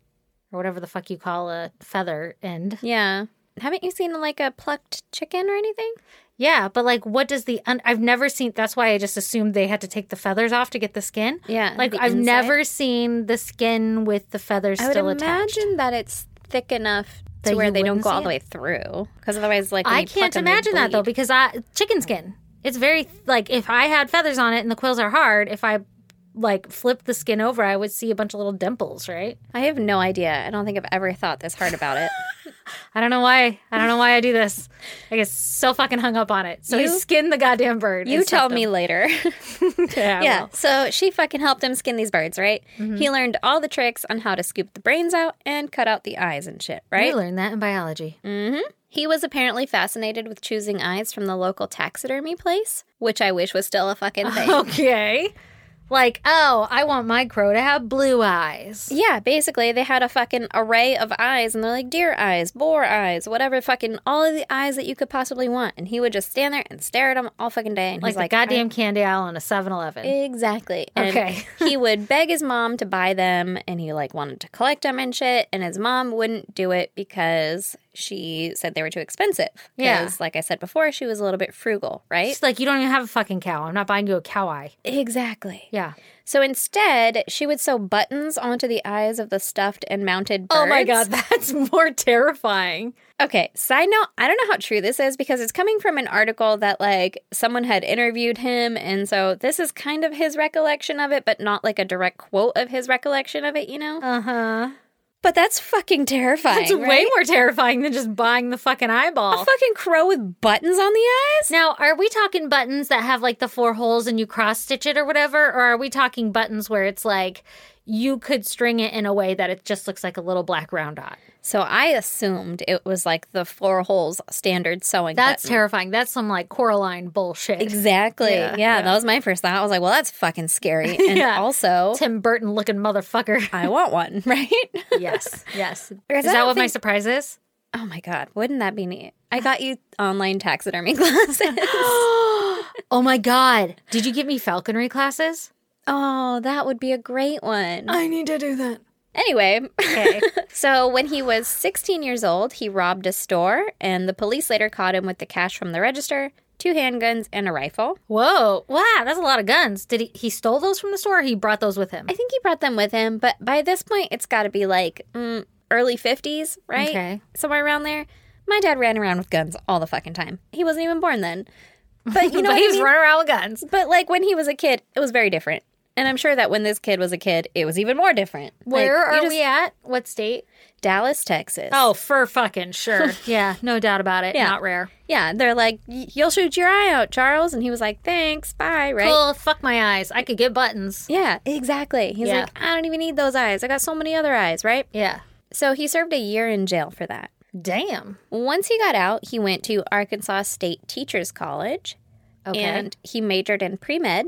[SPEAKER 1] or whatever the fuck you call a feather end.
[SPEAKER 2] yeah. Haven't you seen like a plucked chicken or anything?
[SPEAKER 1] Yeah, but like, what does the? Un- I've never seen. That's why I just assumed they had to take the feathers off to get the skin.
[SPEAKER 2] Yeah,
[SPEAKER 1] like
[SPEAKER 2] the
[SPEAKER 1] I've
[SPEAKER 2] inside.
[SPEAKER 1] never seen the skin with the feathers
[SPEAKER 2] I would
[SPEAKER 1] still attached.
[SPEAKER 2] imagine that it's thick enough to
[SPEAKER 1] That
[SPEAKER 2] where
[SPEAKER 1] you
[SPEAKER 2] they don't
[SPEAKER 1] wouldn't
[SPEAKER 2] go
[SPEAKER 1] see
[SPEAKER 2] all the
[SPEAKER 1] it.
[SPEAKER 2] way through. Because otherwise, like when
[SPEAKER 1] I
[SPEAKER 2] you pluck
[SPEAKER 1] can't
[SPEAKER 2] 'em, they
[SPEAKER 1] imagine that though
[SPEAKER 2] bleed.
[SPEAKER 1] because I chicken skin. It's very like if I had feathers on it and the quills are hard. If I like flipped the skin over, I would see a bunch of little dimples. Right?
[SPEAKER 2] I have no idea. I don't think I've ever thought this hard about it.
[SPEAKER 1] I don't know why. I don't know why I do this. I get so fucking hung up on it. So
[SPEAKER 2] You-
[SPEAKER 1] he skinned the goddamn bird.
[SPEAKER 2] you
[SPEAKER 1] and
[SPEAKER 2] tell
[SPEAKER 1] stuffed
[SPEAKER 2] me
[SPEAKER 1] him.
[SPEAKER 2] later.
[SPEAKER 1] yeah. I
[SPEAKER 2] yeah.
[SPEAKER 1] will.
[SPEAKER 2] So she fucking helped him skin these birds, right? He learned all the tricks on how to scoop the brains out and cut out the eyes and shit, right?
[SPEAKER 1] We learned that in biology.
[SPEAKER 2] He was apparently fascinated with choosing eyes from the local taxidermy place, which I wish was still a fucking thing.
[SPEAKER 1] Okay. Like, oh, I want my crow to have blue eyes.
[SPEAKER 2] yeah, basically they had a fucking array of eyes and they're like deer eyes, boar eyes, whatever fucking all of the eyes that you could possibly want. And he would just stand there and stare at them all fucking day. And
[SPEAKER 1] Like
[SPEAKER 2] he's
[SPEAKER 1] the
[SPEAKER 2] like,
[SPEAKER 1] goddamn candy aisle on a 7 Eleven.
[SPEAKER 2] Exactly. And
[SPEAKER 1] Okay.
[SPEAKER 2] he would beg his mom to buy them and he like wanted to collect them and shit and his mom wouldn't do it because she said they were too expensive.
[SPEAKER 1] Yeah.
[SPEAKER 2] Because like I said before, she was a little bit frugal, right?
[SPEAKER 1] It's like, you don't even have a fucking cow. I'm not buying you a cow eye.
[SPEAKER 2] Exactly.
[SPEAKER 1] Yeah.
[SPEAKER 2] So instead, she would sew buttons onto the eyes of the stuffed and mounted birds.
[SPEAKER 1] Oh my God, that's more terrifying.
[SPEAKER 2] Okay, side note, I don't know how true this is because it's coming from an article that like someone had interviewed him and so this is kind of his recollection of it but not like a direct quote of his recollection of it, you know?
[SPEAKER 1] Uh huh.
[SPEAKER 2] But that's fucking terrifying.
[SPEAKER 1] It's way
[SPEAKER 2] right?
[SPEAKER 1] more terrifying than just buying the fucking eyeball.
[SPEAKER 2] a fucking crow with buttons on the eyes.
[SPEAKER 1] now, are we talking buttons that have like the four holes and you cross stitch it or whatever? Or are we talking buttons where it's like you could string it in a way that it just looks like a little black round dot?
[SPEAKER 2] So I assumed it was like the four holes standard sewing.
[SPEAKER 1] That's
[SPEAKER 2] button.
[SPEAKER 1] terrifying. That's some like Coraline bullshit.
[SPEAKER 2] Exactly. Yeah,
[SPEAKER 1] Yeah,
[SPEAKER 2] that was my first thought. I was like, well, that's fucking scary. And
[SPEAKER 1] Yeah.
[SPEAKER 2] also,
[SPEAKER 1] Tim Burton looking motherfucker.
[SPEAKER 2] I want one, right?
[SPEAKER 1] Uh, yes, yes.
[SPEAKER 2] Because
[SPEAKER 1] Is
[SPEAKER 2] I
[SPEAKER 1] that
[SPEAKER 2] don't
[SPEAKER 1] what my
[SPEAKER 2] think-
[SPEAKER 1] surprise is?
[SPEAKER 2] oh my god, wouldn't that be neat? I got you online taxidermy classes.
[SPEAKER 1] Oh my god! Did you give me falconry classes?
[SPEAKER 2] oh, that would be a great one.
[SPEAKER 1] I need to do that.
[SPEAKER 2] Anyway,
[SPEAKER 1] Okay.
[SPEAKER 2] so when he was 16 years old, he robbed a store, and the police later caught him with the cash from the register, two handguns, and a rifle.
[SPEAKER 1] Whoa! Wow, that's a lot of guns. Did he? He stole those from the store. or He brought those with him.
[SPEAKER 2] I think he brought them with him, but by this point, it's got to be like mm, early 50s, right?
[SPEAKER 1] Okay.
[SPEAKER 2] Somewhere around there. My dad ran around with guns all the fucking time. He wasn't even born then. But you know
[SPEAKER 1] but
[SPEAKER 2] what
[SPEAKER 1] he
[SPEAKER 2] I
[SPEAKER 1] was
[SPEAKER 2] mean?
[SPEAKER 1] running around with guns.
[SPEAKER 2] But like when he was a kid, it was very different. And I'm sure that when this kid was a kid, it was even more different. Like,
[SPEAKER 1] Where
[SPEAKER 2] you
[SPEAKER 1] are
[SPEAKER 2] just-
[SPEAKER 1] we at? What state?
[SPEAKER 2] Dallas, Texas.
[SPEAKER 1] Oh, for fucking sure. yeah, no doubt about it. Not rare.
[SPEAKER 2] yeah. They're like, "Y- you'll shoot your eye out, Charles. And he was like, thanks, bye, right?
[SPEAKER 1] Cool. Fuck my eyes. I could get buttons.
[SPEAKER 2] Yeah, exactly. He's
[SPEAKER 1] Yeah.
[SPEAKER 2] like, I don't even need those eyes. I got so many other eyes, right?
[SPEAKER 1] Yeah.
[SPEAKER 2] So he served a year in jail for that.
[SPEAKER 1] Damn.
[SPEAKER 2] Once he got out, he went to Arkansas State Teachers College
[SPEAKER 1] Okay.
[SPEAKER 2] and he majored in pre med.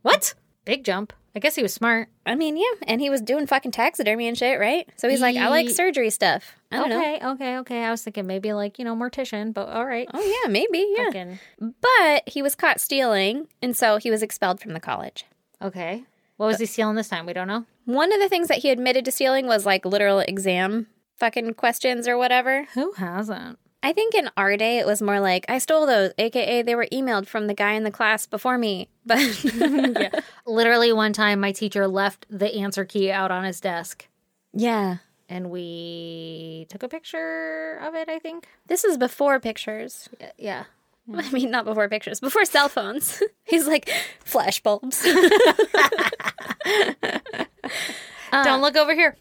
[SPEAKER 1] what? Big jump. I guess he was smart.
[SPEAKER 2] I mean, yeah, and he was doing fucking taxidermy and shit, right? So he's like, I like
[SPEAKER 1] Ye-
[SPEAKER 2] surgery stuff. I don't know.
[SPEAKER 1] Okay, okay, okay. I was thinking maybe like, you know, mortician, but all right.
[SPEAKER 2] Oh, yeah, maybe, yeah.
[SPEAKER 1] Fucking-
[SPEAKER 2] But he was caught stealing, and so he was expelled from the college.
[SPEAKER 1] Okay. What was he stealing this time? We don't know.
[SPEAKER 2] One of the things that he admitted to stealing was like literal exam fucking questions or whatever.
[SPEAKER 1] Who hasn't?
[SPEAKER 2] I think in our day it was more like, I stole those, aka they were emailed from the guy in the class before me. But yeah.
[SPEAKER 1] Literally, one time my teacher left the answer key out on his desk and we took a picture of it, I think.
[SPEAKER 2] This is before pictures.
[SPEAKER 1] Uh, Yeah.
[SPEAKER 2] I mean, not before pictures, before cell phones. He's like, flash bulbs.
[SPEAKER 1] don't look over here.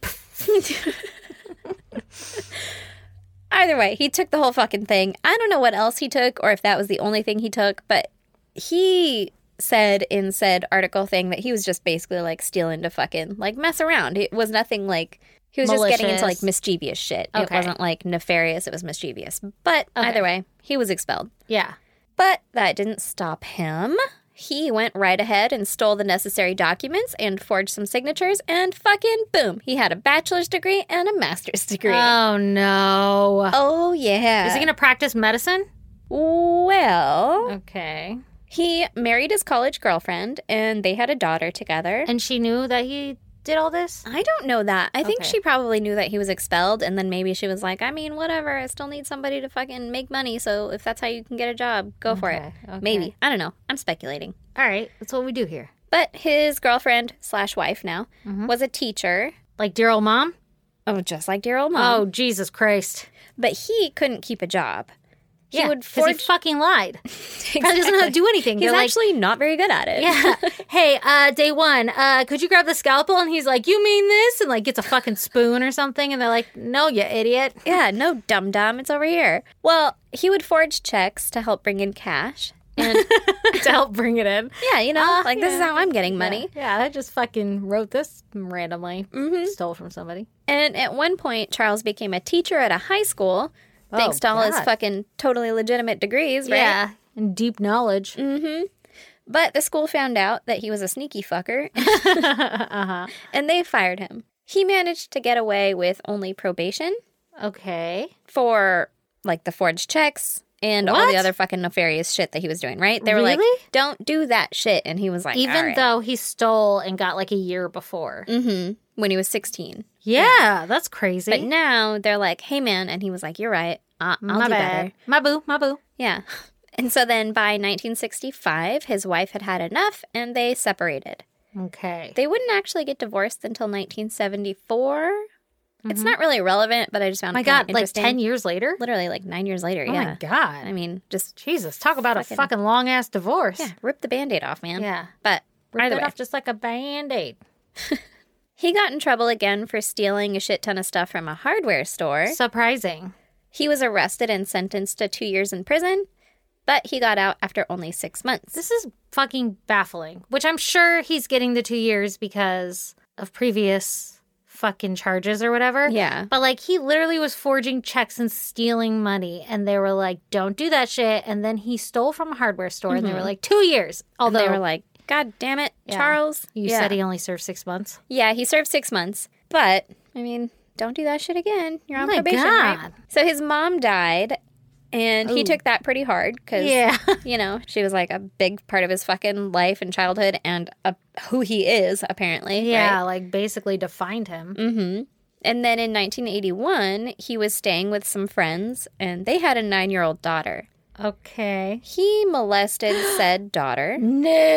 [SPEAKER 2] Either way, he took the whole fucking thing. I don't know what else he took or if that was the only thing he took, but he said in said article thing that he was just basically like stealing to fucking like mess around. It was nothing like He was just getting into
[SPEAKER 1] Malicious.
[SPEAKER 2] like mischievous shit. It
[SPEAKER 1] Okay.
[SPEAKER 2] wasn't like nefarious, it was mischievous. But
[SPEAKER 1] Okay.
[SPEAKER 2] either way, he was expelled.
[SPEAKER 1] Yeah.
[SPEAKER 2] But that didn't stop him. He went right ahead and stole the necessary documents and forged some signatures, and fucking boom, he had a bachelor's degree and a master's degree.
[SPEAKER 1] Oh no.
[SPEAKER 2] oh, yeah.
[SPEAKER 1] Is he going to practice medicine?
[SPEAKER 2] Well,
[SPEAKER 1] Okay.
[SPEAKER 2] he married his college girlfriend, and they had a daughter together.
[SPEAKER 1] And she knew that he did all this?
[SPEAKER 2] I don't know that. I think
[SPEAKER 1] Okay.
[SPEAKER 2] she probably knew that he was expelled, and then maybe she was like, I mean, whatever. I still need somebody to fucking make money. So if that's how you can get a job, go for it.
[SPEAKER 1] Okay, okay.
[SPEAKER 2] Maybe. I don't know. I'm speculating.
[SPEAKER 1] All right. That's what we do here.
[SPEAKER 2] But his girlfriend slash wife now
[SPEAKER 1] Mm-hmm.
[SPEAKER 2] was a teacher.
[SPEAKER 1] Like dear old mom?
[SPEAKER 2] Oh, just like dear old mom.
[SPEAKER 1] Oh, Jesus Christ.
[SPEAKER 2] But he couldn't keep a job. He
[SPEAKER 1] yeah,
[SPEAKER 2] would
[SPEAKER 1] 'cause
[SPEAKER 2] forge.
[SPEAKER 1] he fucking lied. Probably doesn't know how to do anything.
[SPEAKER 2] He's
[SPEAKER 1] They're like,
[SPEAKER 2] actually not very good at it.
[SPEAKER 1] yeah. Hey, uh, day one, uh, could you grab the scalpel? And he's like, you mean this? And like gets a fucking spoon or something. And they're like, no, you idiot.
[SPEAKER 2] Yeah, no dum dum, it's over here. Well, he would forge checks to help bring in cash. And
[SPEAKER 1] to help bring it in.
[SPEAKER 2] yeah, you know,
[SPEAKER 1] Ah,
[SPEAKER 2] like this is how I'm getting money.
[SPEAKER 1] Yeah, I just fucking wrote this randomly. Stole from somebody.
[SPEAKER 2] And at one point, Charles became a teacher at a high school, thanks to all his
[SPEAKER 1] Oh, God.
[SPEAKER 2] fucking totally legitimate degrees, right?
[SPEAKER 1] Yeah. Mm. And deep knowledge.
[SPEAKER 2] But the school found out that he was a sneaky fucker
[SPEAKER 1] Uh-huh.
[SPEAKER 2] and they fired him. He managed to get away with only probation
[SPEAKER 1] Okay.
[SPEAKER 2] for like the forged checks and all
[SPEAKER 1] What?
[SPEAKER 2] the other fucking nefarious shit that he was doing, right? They were
[SPEAKER 1] Really?
[SPEAKER 2] like, don't do that shit. And he was like,
[SPEAKER 1] Even
[SPEAKER 2] all right.
[SPEAKER 1] though he stole and got like a year before.
[SPEAKER 2] Mhm. when he was 16.
[SPEAKER 1] Mm. Yeah, that's crazy.
[SPEAKER 2] But now they're like, hey, man. And he was like, you're right. I- I'll
[SPEAKER 1] my
[SPEAKER 2] do
[SPEAKER 1] bad.
[SPEAKER 2] better.
[SPEAKER 1] My boo, my boo.
[SPEAKER 2] Yeah. And so then by 1965, his wife had had enough and they separated.
[SPEAKER 1] Okay.
[SPEAKER 2] They wouldn't actually get divorced until 1974. It's not really relevant, but I just found
[SPEAKER 1] Oh my
[SPEAKER 2] it kinda
[SPEAKER 1] God, Mm-hmm. like
[SPEAKER 2] interesting.
[SPEAKER 1] 10 years later?
[SPEAKER 2] Literally like nine years later.
[SPEAKER 1] Oh
[SPEAKER 2] yeah.
[SPEAKER 1] my God.
[SPEAKER 2] I mean, just
[SPEAKER 1] Jesus, talk about a fucking long ass divorce.
[SPEAKER 2] yeah, rip the band aid off, man.
[SPEAKER 1] Yeah.
[SPEAKER 2] But
[SPEAKER 1] Rip
[SPEAKER 2] either
[SPEAKER 1] it
[SPEAKER 2] way,
[SPEAKER 1] off just like a band aid.
[SPEAKER 2] he got in trouble again for stealing a shit ton of stuff from a hardware store.
[SPEAKER 1] Surprising.
[SPEAKER 2] He was arrested and sentenced to two years in prison, but he got out after only six months.
[SPEAKER 1] This is fucking baffling, which I'm sure he's getting the two years because of previous fucking charges or whatever.
[SPEAKER 2] Yeah.
[SPEAKER 1] But like he literally was forging checks and stealing money, and they were like, don't do that shit. And then he stole from a hardware store, and they were like, two years. Although
[SPEAKER 2] Mm-hmm. they were like, God damn it,
[SPEAKER 1] Yeah.
[SPEAKER 2] Charles.
[SPEAKER 1] you
[SPEAKER 2] Yeah.
[SPEAKER 1] said he only served six months.
[SPEAKER 2] Yeah, he served six months. But, I mean, don't do that shit again. You're on
[SPEAKER 1] my
[SPEAKER 2] probation, right?
[SPEAKER 1] God.
[SPEAKER 2] So his mom died, and he took that pretty hard because,
[SPEAKER 1] Yeah.
[SPEAKER 2] you know, she was like a big part of his fucking life and childhood and uh who he is, apparently.
[SPEAKER 1] Yeah,
[SPEAKER 2] right?
[SPEAKER 1] like basically defined him.
[SPEAKER 2] Mm. And then in 1981, he was staying with some friends, and they had a nine year old daughter.
[SPEAKER 1] Okay.
[SPEAKER 2] He molested said daughter.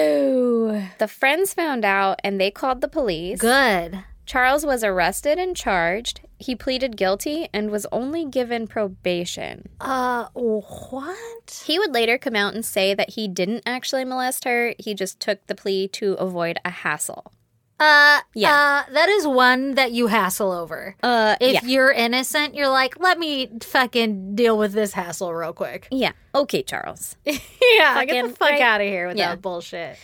[SPEAKER 1] No.
[SPEAKER 2] The friends found out and they called the police.
[SPEAKER 1] Good.
[SPEAKER 2] Charles was arrested and charged. He pleaded guilty and was only given probation.
[SPEAKER 1] Uh, what?
[SPEAKER 2] He would later come out and say that he didn't actually molest her, he just took the plea to avoid a hassle.
[SPEAKER 1] Uh,
[SPEAKER 2] Yeah.
[SPEAKER 1] yeah. Uh, that is one that you hassle over.
[SPEAKER 2] Uh,
[SPEAKER 1] If
[SPEAKER 2] yeah.
[SPEAKER 1] you're innocent, you're like, let me fucking deal with this hassle real quick.
[SPEAKER 2] Yeah. Okay, Charles.
[SPEAKER 1] yeah, get the
[SPEAKER 2] Fucking
[SPEAKER 1] fuck
[SPEAKER 2] right.
[SPEAKER 1] out of here with
[SPEAKER 2] Yeah.
[SPEAKER 1] that bullshit.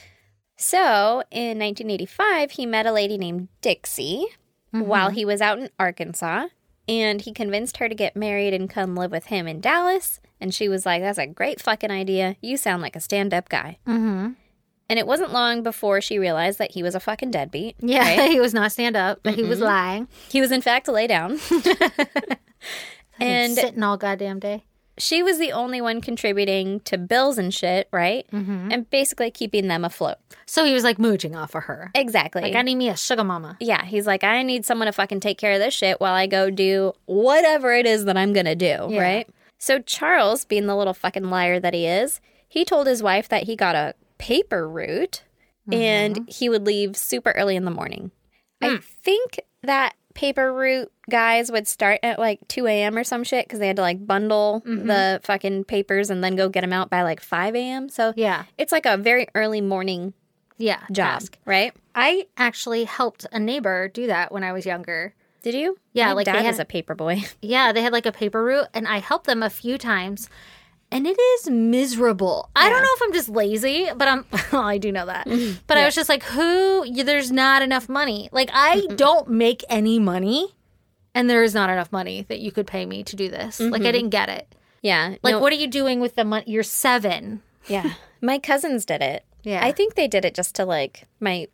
[SPEAKER 2] So, in 1985, he met a lady named Dixie
[SPEAKER 1] Mm-hmm.
[SPEAKER 2] while he was out in Arkansas, and he convinced her to get married and come live with him in Dallas. And she was like, That's a great fucking idea. You sound like a stand up guy.
[SPEAKER 1] Mm-hmm.
[SPEAKER 2] And it wasn't long before she realized that he was a fucking deadbeat.
[SPEAKER 1] Yeah,
[SPEAKER 2] right?
[SPEAKER 1] he was not stand up, but he was lying
[SPEAKER 2] He was, in fact, lay down.
[SPEAKER 1] and
[SPEAKER 2] and
[SPEAKER 1] sitting all goddamn day.
[SPEAKER 2] she was the only one contributing to bills and shit, right?
[SPEAKER 1] Mm-hmm.
[SPEAKER 2] And basically keeping them afloat.
[SPEAKER 1] So he was like mooching off of her.
[SPEAKER 2] Exactly.
[SPEAKER 1] Like, I need me a sugar mama.
[SPEAKER 2] yeah, he's like, I need someone to fucking take care of this shit while I go do whatever it is that I'm gonna do,
[SPEAKER 1] Yeah.
[SPEAKER 2] right? So, Charles, being the little fucking liar that he is, he told his wife that he got a paper route
[SPEAKER 1] Mm-hmm.
[SPEAKER 2] and he would leave super early in the morning.
[SPEAKER 1] Hmm.
[SPEAKER 2] I think that paper route guys would start at like 2 a.m. or some shit because they had to like bundle
[SPEAKER 1] Mm-hmm.
[SPEAKER 2] the fucking papers and then go get them out by like 5 a.m. So,
[SPEAKER 1] Yeah,
[SPEAKER 2] it's like a very early morning
[SPEAKER 1] yeah.
[SPEAKER 2] job,
[SPEAKER 1] task.
[SPEAKER 2] right?
[SPEAKER 1] I actually helped a neighbor do that when I was younger.
[SPEAKER 2] Did you?
[SPEAKER 1] Yeah,
[SPEAKER 2] My
[SPEAKER 1] like, they
[SPEAKER 2] dad
[SPEAKER 1] had-
[SPEAKER 2] was a paper boy.
[SPEAKER 1] Yeah, they had like a paper route, and I helped them a few times, and it is miserable. I don't know if I'm just lazy, but I'm. Well, I do know that,
[SPEAKER 2] Mm-hmm.
[SPEAKER 1] but I was just like, who? You, there's not enough money. Like I don't make any money. and there is not enough money that you could pay me to do this. Like I didn't get it.
[SPEAKER 2] Yeah.
[SPEAKER 1] Like
[SPEAKER 2] Mm-hmm. no-
[SPEAKER 1] what are you doing with the money? You're seven.
[SPEAKER 2] Yeah. My cousins did it.
[SPEAKER 1] Yeah.
[SPEAKER 2] I think they did it just to like my